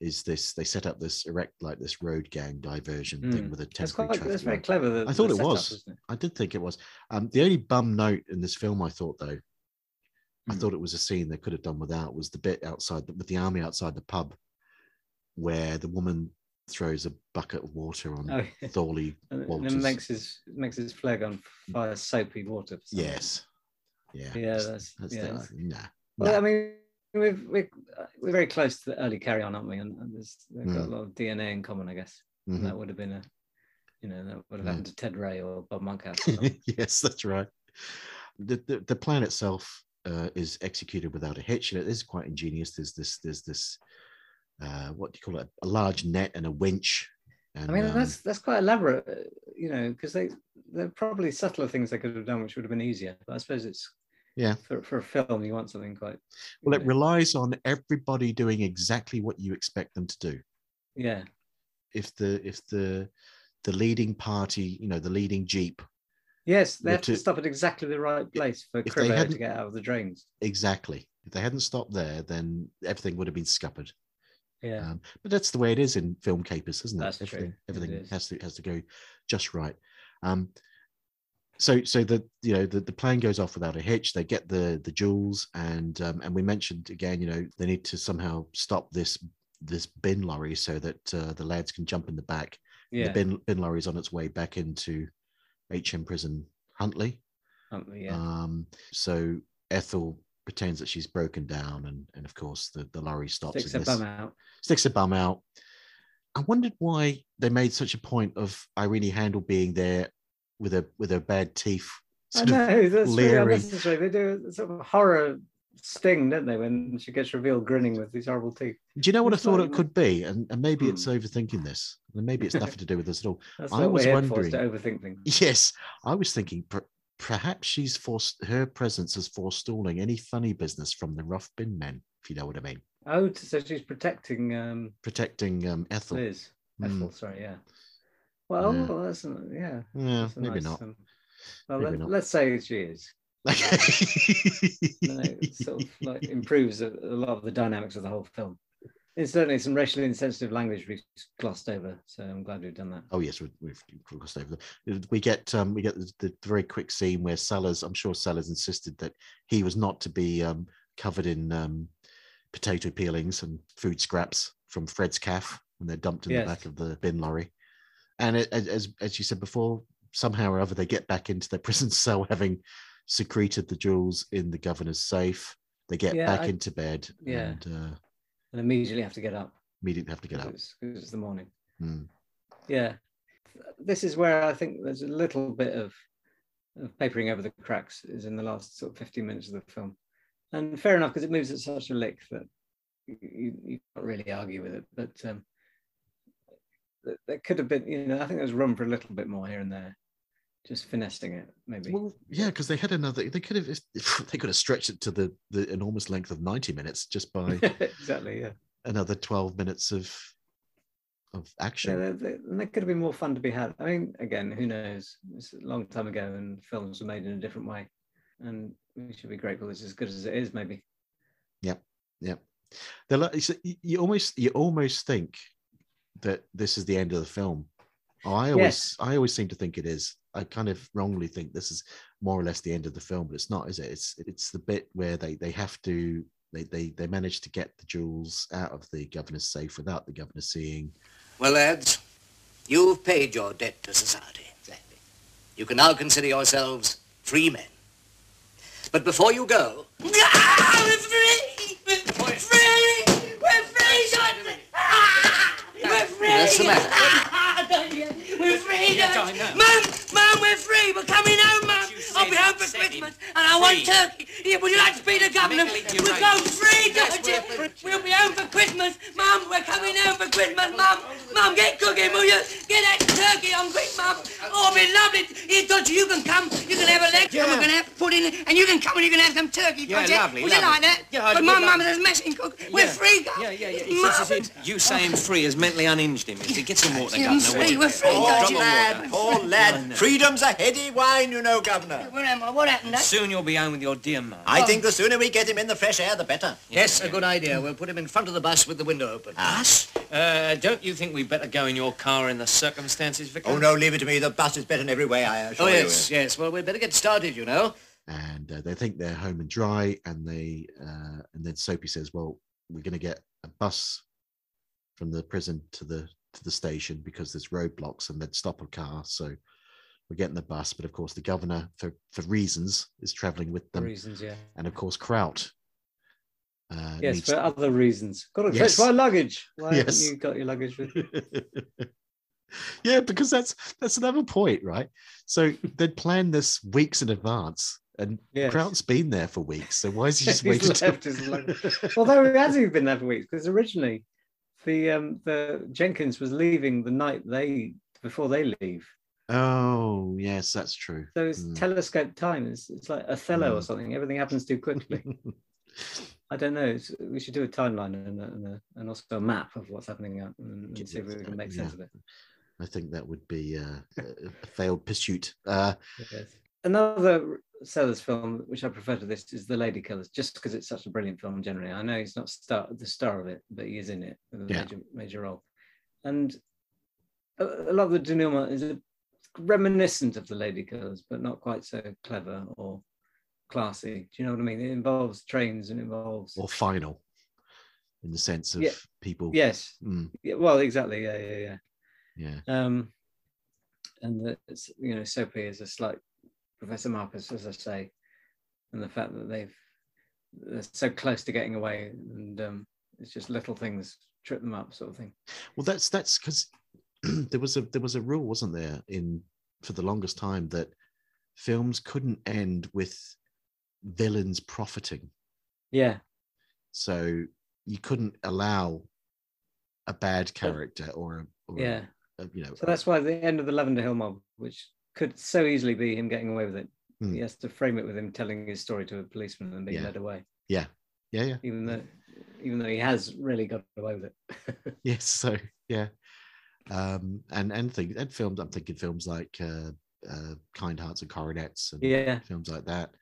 is this they set up this erect like this road gang diversion thing Mm. with a That's temporary quite- traffic that's very light. clever, the- I thought the it setup, was. isn't it? I did think it was. Um, the only bum note in this film, I thought though, I Mm. thought it was a scene they could have done without was the bit outside the, with the army outside the pub, where the woman throws a bucket of water on Oh, yeah. Thorley And it- and Walters. it makes his makes his flag on fire soapy water. for some reason. Yes. Yeah. Yeah, that's, That's yeah, the- that's- nah. Well, I mean, we're, we're, we're very close to the early carry on, aren't we? And, and there's they've got Mm. a lot of DNA in common, I guess. And Mhm. That would have been a, you know, that would have Yeah. happened to Ted Ray or Bob Monkhouse. or something. yes, that's right. The, the, the plan itself uh, is executed without a hitch, and it is quite ingenious. There's this, there's this, uh, what do you call it? A large net and a winch. And, I mean, um, that's that's quite elaborate, uh, you know, because they there are probably subtler things they could have done, which would have been easier. But I suppose it's yeah. for, for a film, you want something quite Well, it relies on everybody doing exactly what you expect them to do. yeah. If the if the the leading party, you know, the leading jeep, Yes, Well, they have to, to- stop at exactly the right place for if they Cribbo to hadn't- get out of the drains. exactly. If they hadn't stopped there, then everything would have been scuppered. Yeah. Um, but that's the way it is in film capers, isn't it? That's true. everything, It Everything is. has to has to go just right. Um, so so the you know the, the plan goes off without a hitch. They get the the jewels and um, and we mentioned again you know they need to somehow stop this this bin lorry so that uh, the lads can jump in the back. Yeah. The bin bin lorry is on its way back into HM prison Huntley. Um, yeah. Um, so Ethel pretends that she's broken down and and of course the the lorry stops. Sticks in a this bum out. sticks a bum out. I wondered why they made such a point of Irene Handel being there with a with her bad teeth. I sort of know that's really leering. unnecessary. They do a sort of horror sting, don't they, when she gets revealed grinning with these horrible teeth. Do you know what I It's not thought it even- could be? And, and maybe it's overthinking this, and maybe it's nothing to do with this at all. That's I what was we're here for, wondering. is to overthink things. Yes, I was thinking per- perhaps she's forced her presence is forestalling any funny business from the rough bin men, if you know what I mean, Oh, t- so she's protecting um, protecting um, Ethel. Liz. Mm. Ethel, sorry, yeah. Well, Yeah. well, that's an- yeah. Yeah, that's a maybe not. um, well, Maybe let, not. us say she is. No, it sort of like improves a, a lot of the dynamics of the whole film. Incidentally, some racially insensitive language we've glossed over, so I'm glad we've done that. Oh yes, we, we've crossed over. the- We get um, we get the, the very quick scene where Sellers, I'm sure Sellers insisted that he was not to be um, covered in um, potato peelings and food scraps from Fred's calf when they're dumped in Yes. the back of the bin lorry. And it, as- as as you said before, somehow or other they get back into their prison cell having secreted the jewels in the governor's safe. They get Yeah, back I- into bed yeah. and uh, And immediately have to get up. immediately have to get 'cause out. It's, 'cause it's the morning. Mm. Yeah. This is where I think there's a little bit of, of papering over the cracks is in the last sort of 15 minutes of the film. And fair enough, because it moves at such a lick that you, you, you can't really argue with it. But um, th- there could have been, you know, I think there's room for a little bit more here and there, just finessing it, maybe. Well, yeah, because they had another. They could have. They could have stretched it to the the enormous length of ninety minutes just by exactly, yeah. another twelve minutes of of action. Yeah, there, there, and there could have been more fun to be had. I mean, again, who knows? It's a long time ago, and films were made in a different way. And we should be grateful it's as good as it is, maybe. Yep, yep. They're like, so you- you almost you almost think that this is the end of the film. I always Yes. I always seem to think it is. I kind of wrongly think this is more or less the end of the film, but it's not, is it? It's it's the bit where they they have to they they they manage to get the jewels out of the governor's safe without the governor seeing. Well, lads, you've paid your debt to society. Exactly. You can now consider yourselves free men. But before you go, Ah, we're free! We're free! We're free, Jordan! Ah, we're free! What's the matter? Ah, don't you? We're free, Yes, don't I you? know. Mum, Mum, we're free! We're coming home, Mum! I'll be home for Christmas, and I want turkey! Yeah, would you like to be the governor? We're going free, don't you? We'll be home for Christmas, Mum! We're coming home for Christmas, Mum! Mum, get cooking, will you? Get that turkey on quick, Mum! Oh, it'll be lovely! Here, Dodger, you can come, you can have a leg, and we're going to have pudding, and you can come and you can have some turkey, Yeah, Dodger. lovely, Would you lovely. like that? Yeah, I'd but my love Mum is a smashing cook. We're Yeah. free, Yeah, yeah, yeah. You saying free has mentally unhinged him. If he gets some water, Yeah, Governor, free, will you? we're free, Drop Oh, Dodger. of Lad, water. Poor I know. lad, freedom's a heady wine, you know, Governor. Where am I? What happened? eh? Soon you'll be home with your dear mum. I think the sooner we get him in the fresh air, the better. yes, a good idea. We'll put him in front of the bus with the window open. Ah. Us? Uh, don't you think we'd better go in your car in the circumstances, Vicar? Oh no, leave it to me. The bus is better in every way. I assure Oh, you. yes, yes. Well, we'd better get started, you know. and uh, they think they're home and dry and they uh, and then soapy says well we're going to get a bus from the prison to the to the station because there's roadblocks and they'd stop a car so we're getting the bus but of course the governor for for reasons is traveling with them reasons, yeah. and of course kraut uh, yes, needs- for other reasons. Got to Yes. fetch my luggage. Why Yes. haven't you got your luggage with you? yeah because that's that's another point right so they'd planned this weeks in advance and Yes. kraut's been there for weeks so why is he He's just waiting till- left his luggage. Although it has even been there for weeks, because originally the um, the Jenkins was leaving the night they before they leave. Oh, yes, that's true. So it's Mm. telescope time. It's, it's like Othello or Mm. something. Everything happens too quickly. I don't know. It's, we should do a timeline and, a, and, a, and also a map of what's happening out and, and see if we can make sense of it. I think that would be uh, a a failed pursuit. Uh, Another Sellers film, which I prefer to this, is The Lady Killers, just because it's such a brilliant film generally. I know he's not star- the star of it, but he is in it with a Yeah. major, major role. And a, a lot of the denouement is a, reminiscent of The Lady Killers, but not quite so clever or classy. Do you know what I mean? It involves trains and involves. or final, in the sense of Yeah. people. Yes. Mm, Yeah, well, exactly. Yeah, yeah, yeah. yeah. Um, and that it's, you know, Soapy is a slight Professor Marcus, as I say, and the fact that they've they're so close to getting away, and um, it's just little things trip them up, sort of thing. Well, that's that's because there was a there was a rule, wasn't there, in for the longest time that films couldn't end with villains profiting. Yeah, So you couldn't allow a bad character or a or a- yeah. a, you know So that's why the end of the Lavender Hill mob, which could so easily be him getting away with it, Mm. he has to frame it with him telling his story to a policeman and being Yeah. led away, yeah yeah yeah even though even though he has really got away with it. yes so yeah um and and think and films i'm thinking films like uh, uh kind hearts and coronets and Yeah. films like that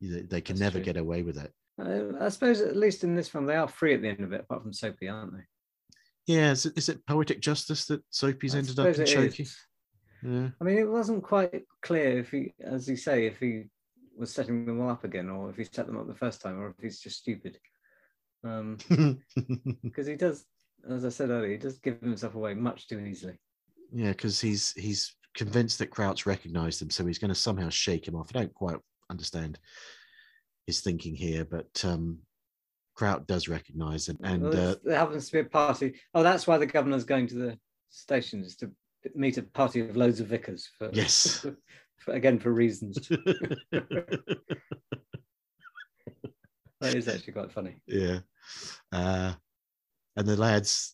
You- they, they can That's never true. get away with it I, I suppose at least in this film they are free at the end of it, apart from Soapy, aren't they? yeah is it, is it poetic justice that soapy's I ended up in suppose it choking is. yeah I mean, it wasn't quite clear if he, as you say, if he was setting them all up again, or if he set them up the first time, or if he's just stupid. Um, because he does, as I said earlier, he does give himself away much too easily. yeah because he's he's convinced that Kraut's recognized him so he's going to somehow shake him off i don't quite understand his thinking here but um Kraut does recognize him and Well, uh, Oh, it's- there happens to be a party. Oh, that's why the governor's going to the station is to meet a party of loads of vicars. For, Yes. for, again for reasons. That is actually quite funny. yeah. Uh, and the lads,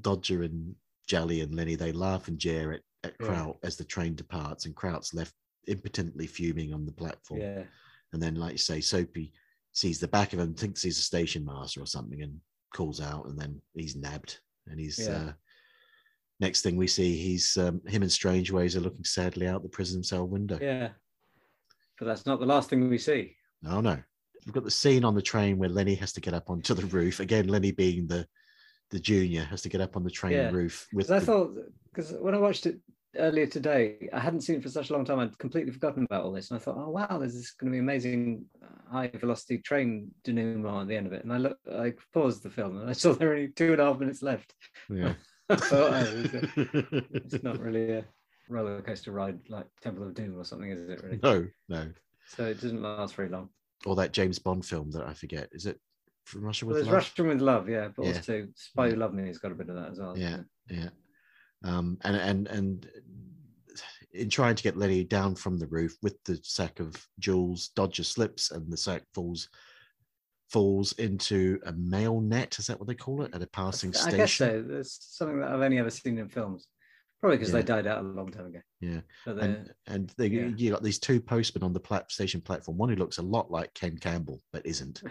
Dodger and Jolly and Lenny, they laugh and jeer at, at Yeah. Kraut as the train departs, and Kraut's left impotently fuming on the platform. Yeah. And then, like you say, Soapy sees the back of him, thinks he's a station master or something, and calls out, and then he's nabbed. And he's Yeah. uh, next thing we see, he's um, him and Strangeways are looking sadly out the prison cell window. Yeah. But that's not the last thing we see. No, no. We've got the scene on the train where Lenny has to get up onto the roof. Again, Lenny being the the junior has to get up on the train Yeah. roof with Because I the- thought, because when I watched it earlier today, I hadn't seen it for such a long time. I'd completely forgotten about all this, and I thought, oh wow, there's this going to be amazing uh, high velocity train denouement at the end of it. And I look, I paused the film, and I saw there were only two and a half minutes left. Yeah. I thought, oh, it's, a- it's not really a roller coaster ride like Temple of Doom or something, is it? Really? No, no. So it doesn't last very long. Or that James Bond film that I forget. Is it from Russia Well, with there's Love? Russian with Love, yeah, but Yeah. also Spy Who Loved Me has got a bit of that as well. hasn't Yeah, it? yeah. Um, and and and in trying to get Lenny down from the roof with the sack of jewels, Dodger slips and the sack falls falls into a mail net. Is that what they call it at a passing I station? guess so. There's something that I've only ever seen in films, probably because Yeah. they died out a long time ago. Yeah. But and they're- and they, yeah. you got these two postmen on the plat- station platform. One who looks a lot like Ken Campbell, but isn't,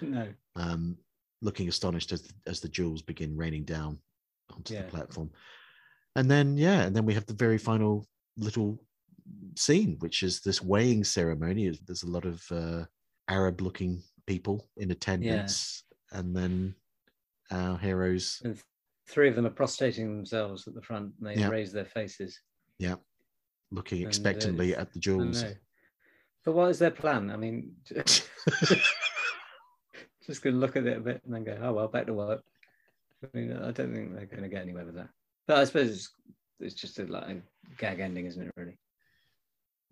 No. um, looking astonished as, as the jewels begin raining down onto Yeah. the platform. And then, yeah, and then we have the very final little scene, which is this weighing ceremony. There's a lot of uh, Arab looking people in attendance. And then our heroes, And three of them are prostrating themselves at the front and they Yeah. raise their faces. yeah, looking And, uh, expectantly at the jewels. I know. But what is their plan? I mean, just going to look at it a bit and then go, oh, well, back to work. I mean, I don't think they're going to get anywhere with that. But I suppose it's, it's just a, like, a gag ending, isn't it, really?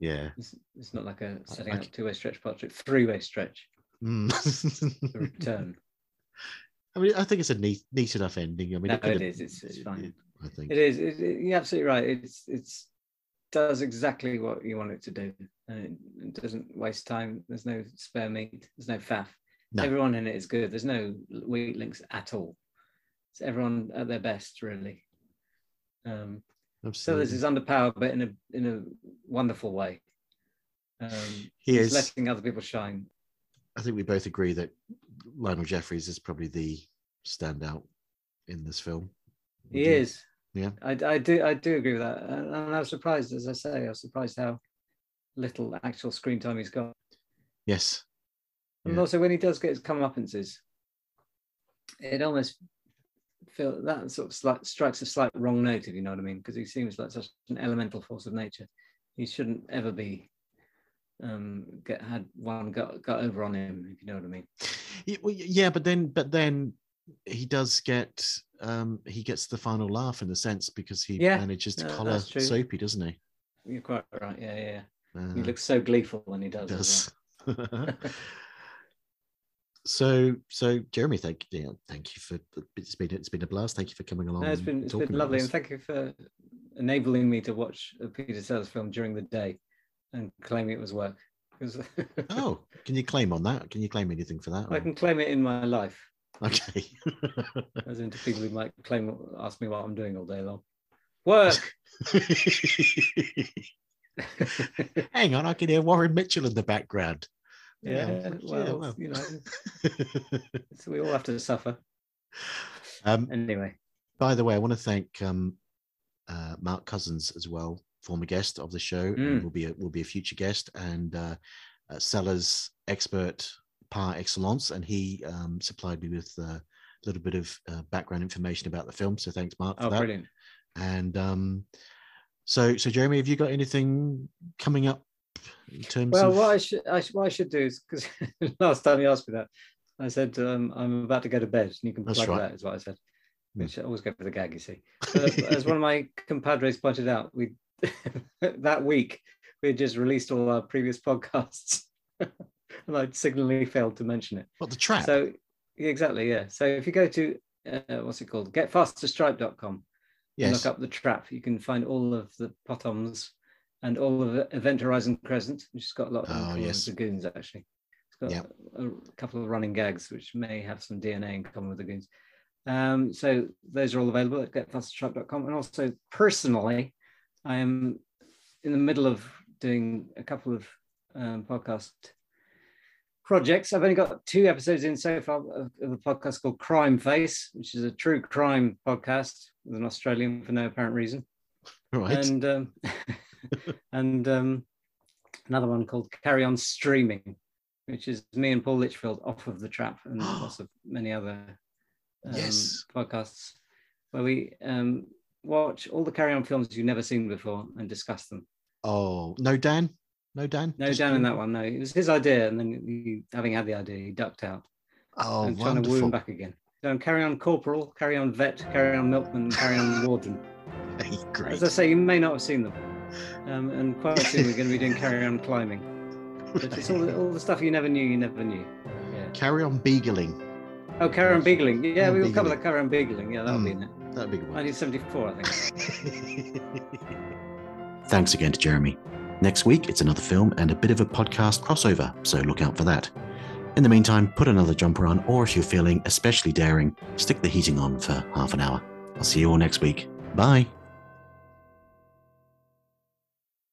Yeah. It's, it's not like a setting I up two way stretch portrait, three way stretch, Mm. the return. I mean, I think it's a neat, neat enough ending. I mean, No, could it have- is. It's, it's fine. I think. It is. It, it- you're absolutely right. It's it's does exactly what you want it to do, and it, it doesn't waste time. There's no spare meat. There's no faff. No. Everyone in it is good. There's no weak links at all. It's everyone at their best, really. Um, so Absolutely. this is underpowered, but in a in a wonderful way. Um, He he's is- letting other people shine. I think we both agree that Lionel Jeffries is probably the standout in this film. He is. Yeah. I, I do I do agree with that, and, and I was surprised, as I say, I was surprised how little actual screen time he's got. Yes. And also, when he does get his comeuppances, it almost feel that sort of slight, strikes a slight wrong note, if you know what I mean, because he seems like such an elemental force of nature. He shouldn't ever be um, get had one got got over on him, if you know what I mean. Y- well, y- Yeah, but then, but then he does get um he gets the final laugh in a sense because he Yeah, manages to no, collar that's true. Soapy, doesn't he? You're quite right. Yeah, yeah. Uh, he looks so gleeful when he does. as does. well. so, so Jeremy, thank you, yeah, thank you for it's been it's been a blast. Thank you for coming along. No, it's and been it's talking been about lovely, this. and thank you for enabling me to watch a Peter Sellers film during the day and claim it was work. 'Cause oh, can you claim on that? Can you claim anything for that? I or- can claim it in my life, Okay. as into people who might claim ask me what I'm doing all day long. Work. Hang on, I can hear Warren Mitchell in the background. Yeah, Yeah, well, well. you know, so we all have to suffer. Um, anyway, by the way, I want to thank um, uh, Mark Cousins as well, former guest of the show, Mm. and will be a, will be a future guest and uh, uh, sellers expert par excellence, and he um, supplied me with uh, a little bit of uh, background information about the film. So thanks, Mark, for Oh, that. brilliant. And um, so, so Jeremy, have you got anything coming up in terms Well, of? what I should I, should- what I should do is because last time you asked me that, I said um, I'm about to go to bed, and you can That's plug right. that is what I said. Hmm. Which I always go for the gag, you see. But as one of my compadres pointed out, we that week we had just released all our previous podcasts, and I'd signally failed to mention it. What the trap? So yeah, exactly, yeah. So if you go to uh, what's it called, getfasterstripe.com, and Yes. look up the trap. You can find all of the Potoms and all of Event Horizon Crescent, which has got a lot of Oh, oh, yes. yes. goons actually. got Yeah. a couple of running gags which may have some DNA in common with the Goons. Um, so those are all available at getfastertruck.com. And also, personally, I am in the middle of doing a couple of um, podcast projects. I've only got two episodes in so far of, of a podcast called Crime Face, which is a true crime podcast with an Australian for no apparent reason. Right. And um, and um, another one called Carry On Streaming, which is me and Paul Litchfield off of the trap and lots of many other um, Yes. podcasts where we um, watch all the Carry On films you've never seen before and discuss them. Oh, no, Dan? No, Dan? No, Dan in that one. No, it was his idea, and then he, having had the idea, he ducked out. Oh, I'm trying to woo him wonderful. back again. So I'm carry on corporal, carry on vet, carry on milkman, carry on warden. Great. As I say, you may not have seen them, um, and quite soon we're going to be doing carry on climbing. But it's all the, all the stuff you never knew you never knew. Carry on beagling. Oh, carry on beagling. Yeah, Carry on we'll cover the beagling. Hmm. carry on beagling. Yeah, that'll be in it. That'd be good. 1974, I think. Thanks again to Jeremy. Next week, it's another film and a bit of a podcast crossover, so look out for that. In the meantime, put another jumper on, or if you're feeling especially daring, stick the heating on for half an hour. I'll see you all next week. Bye.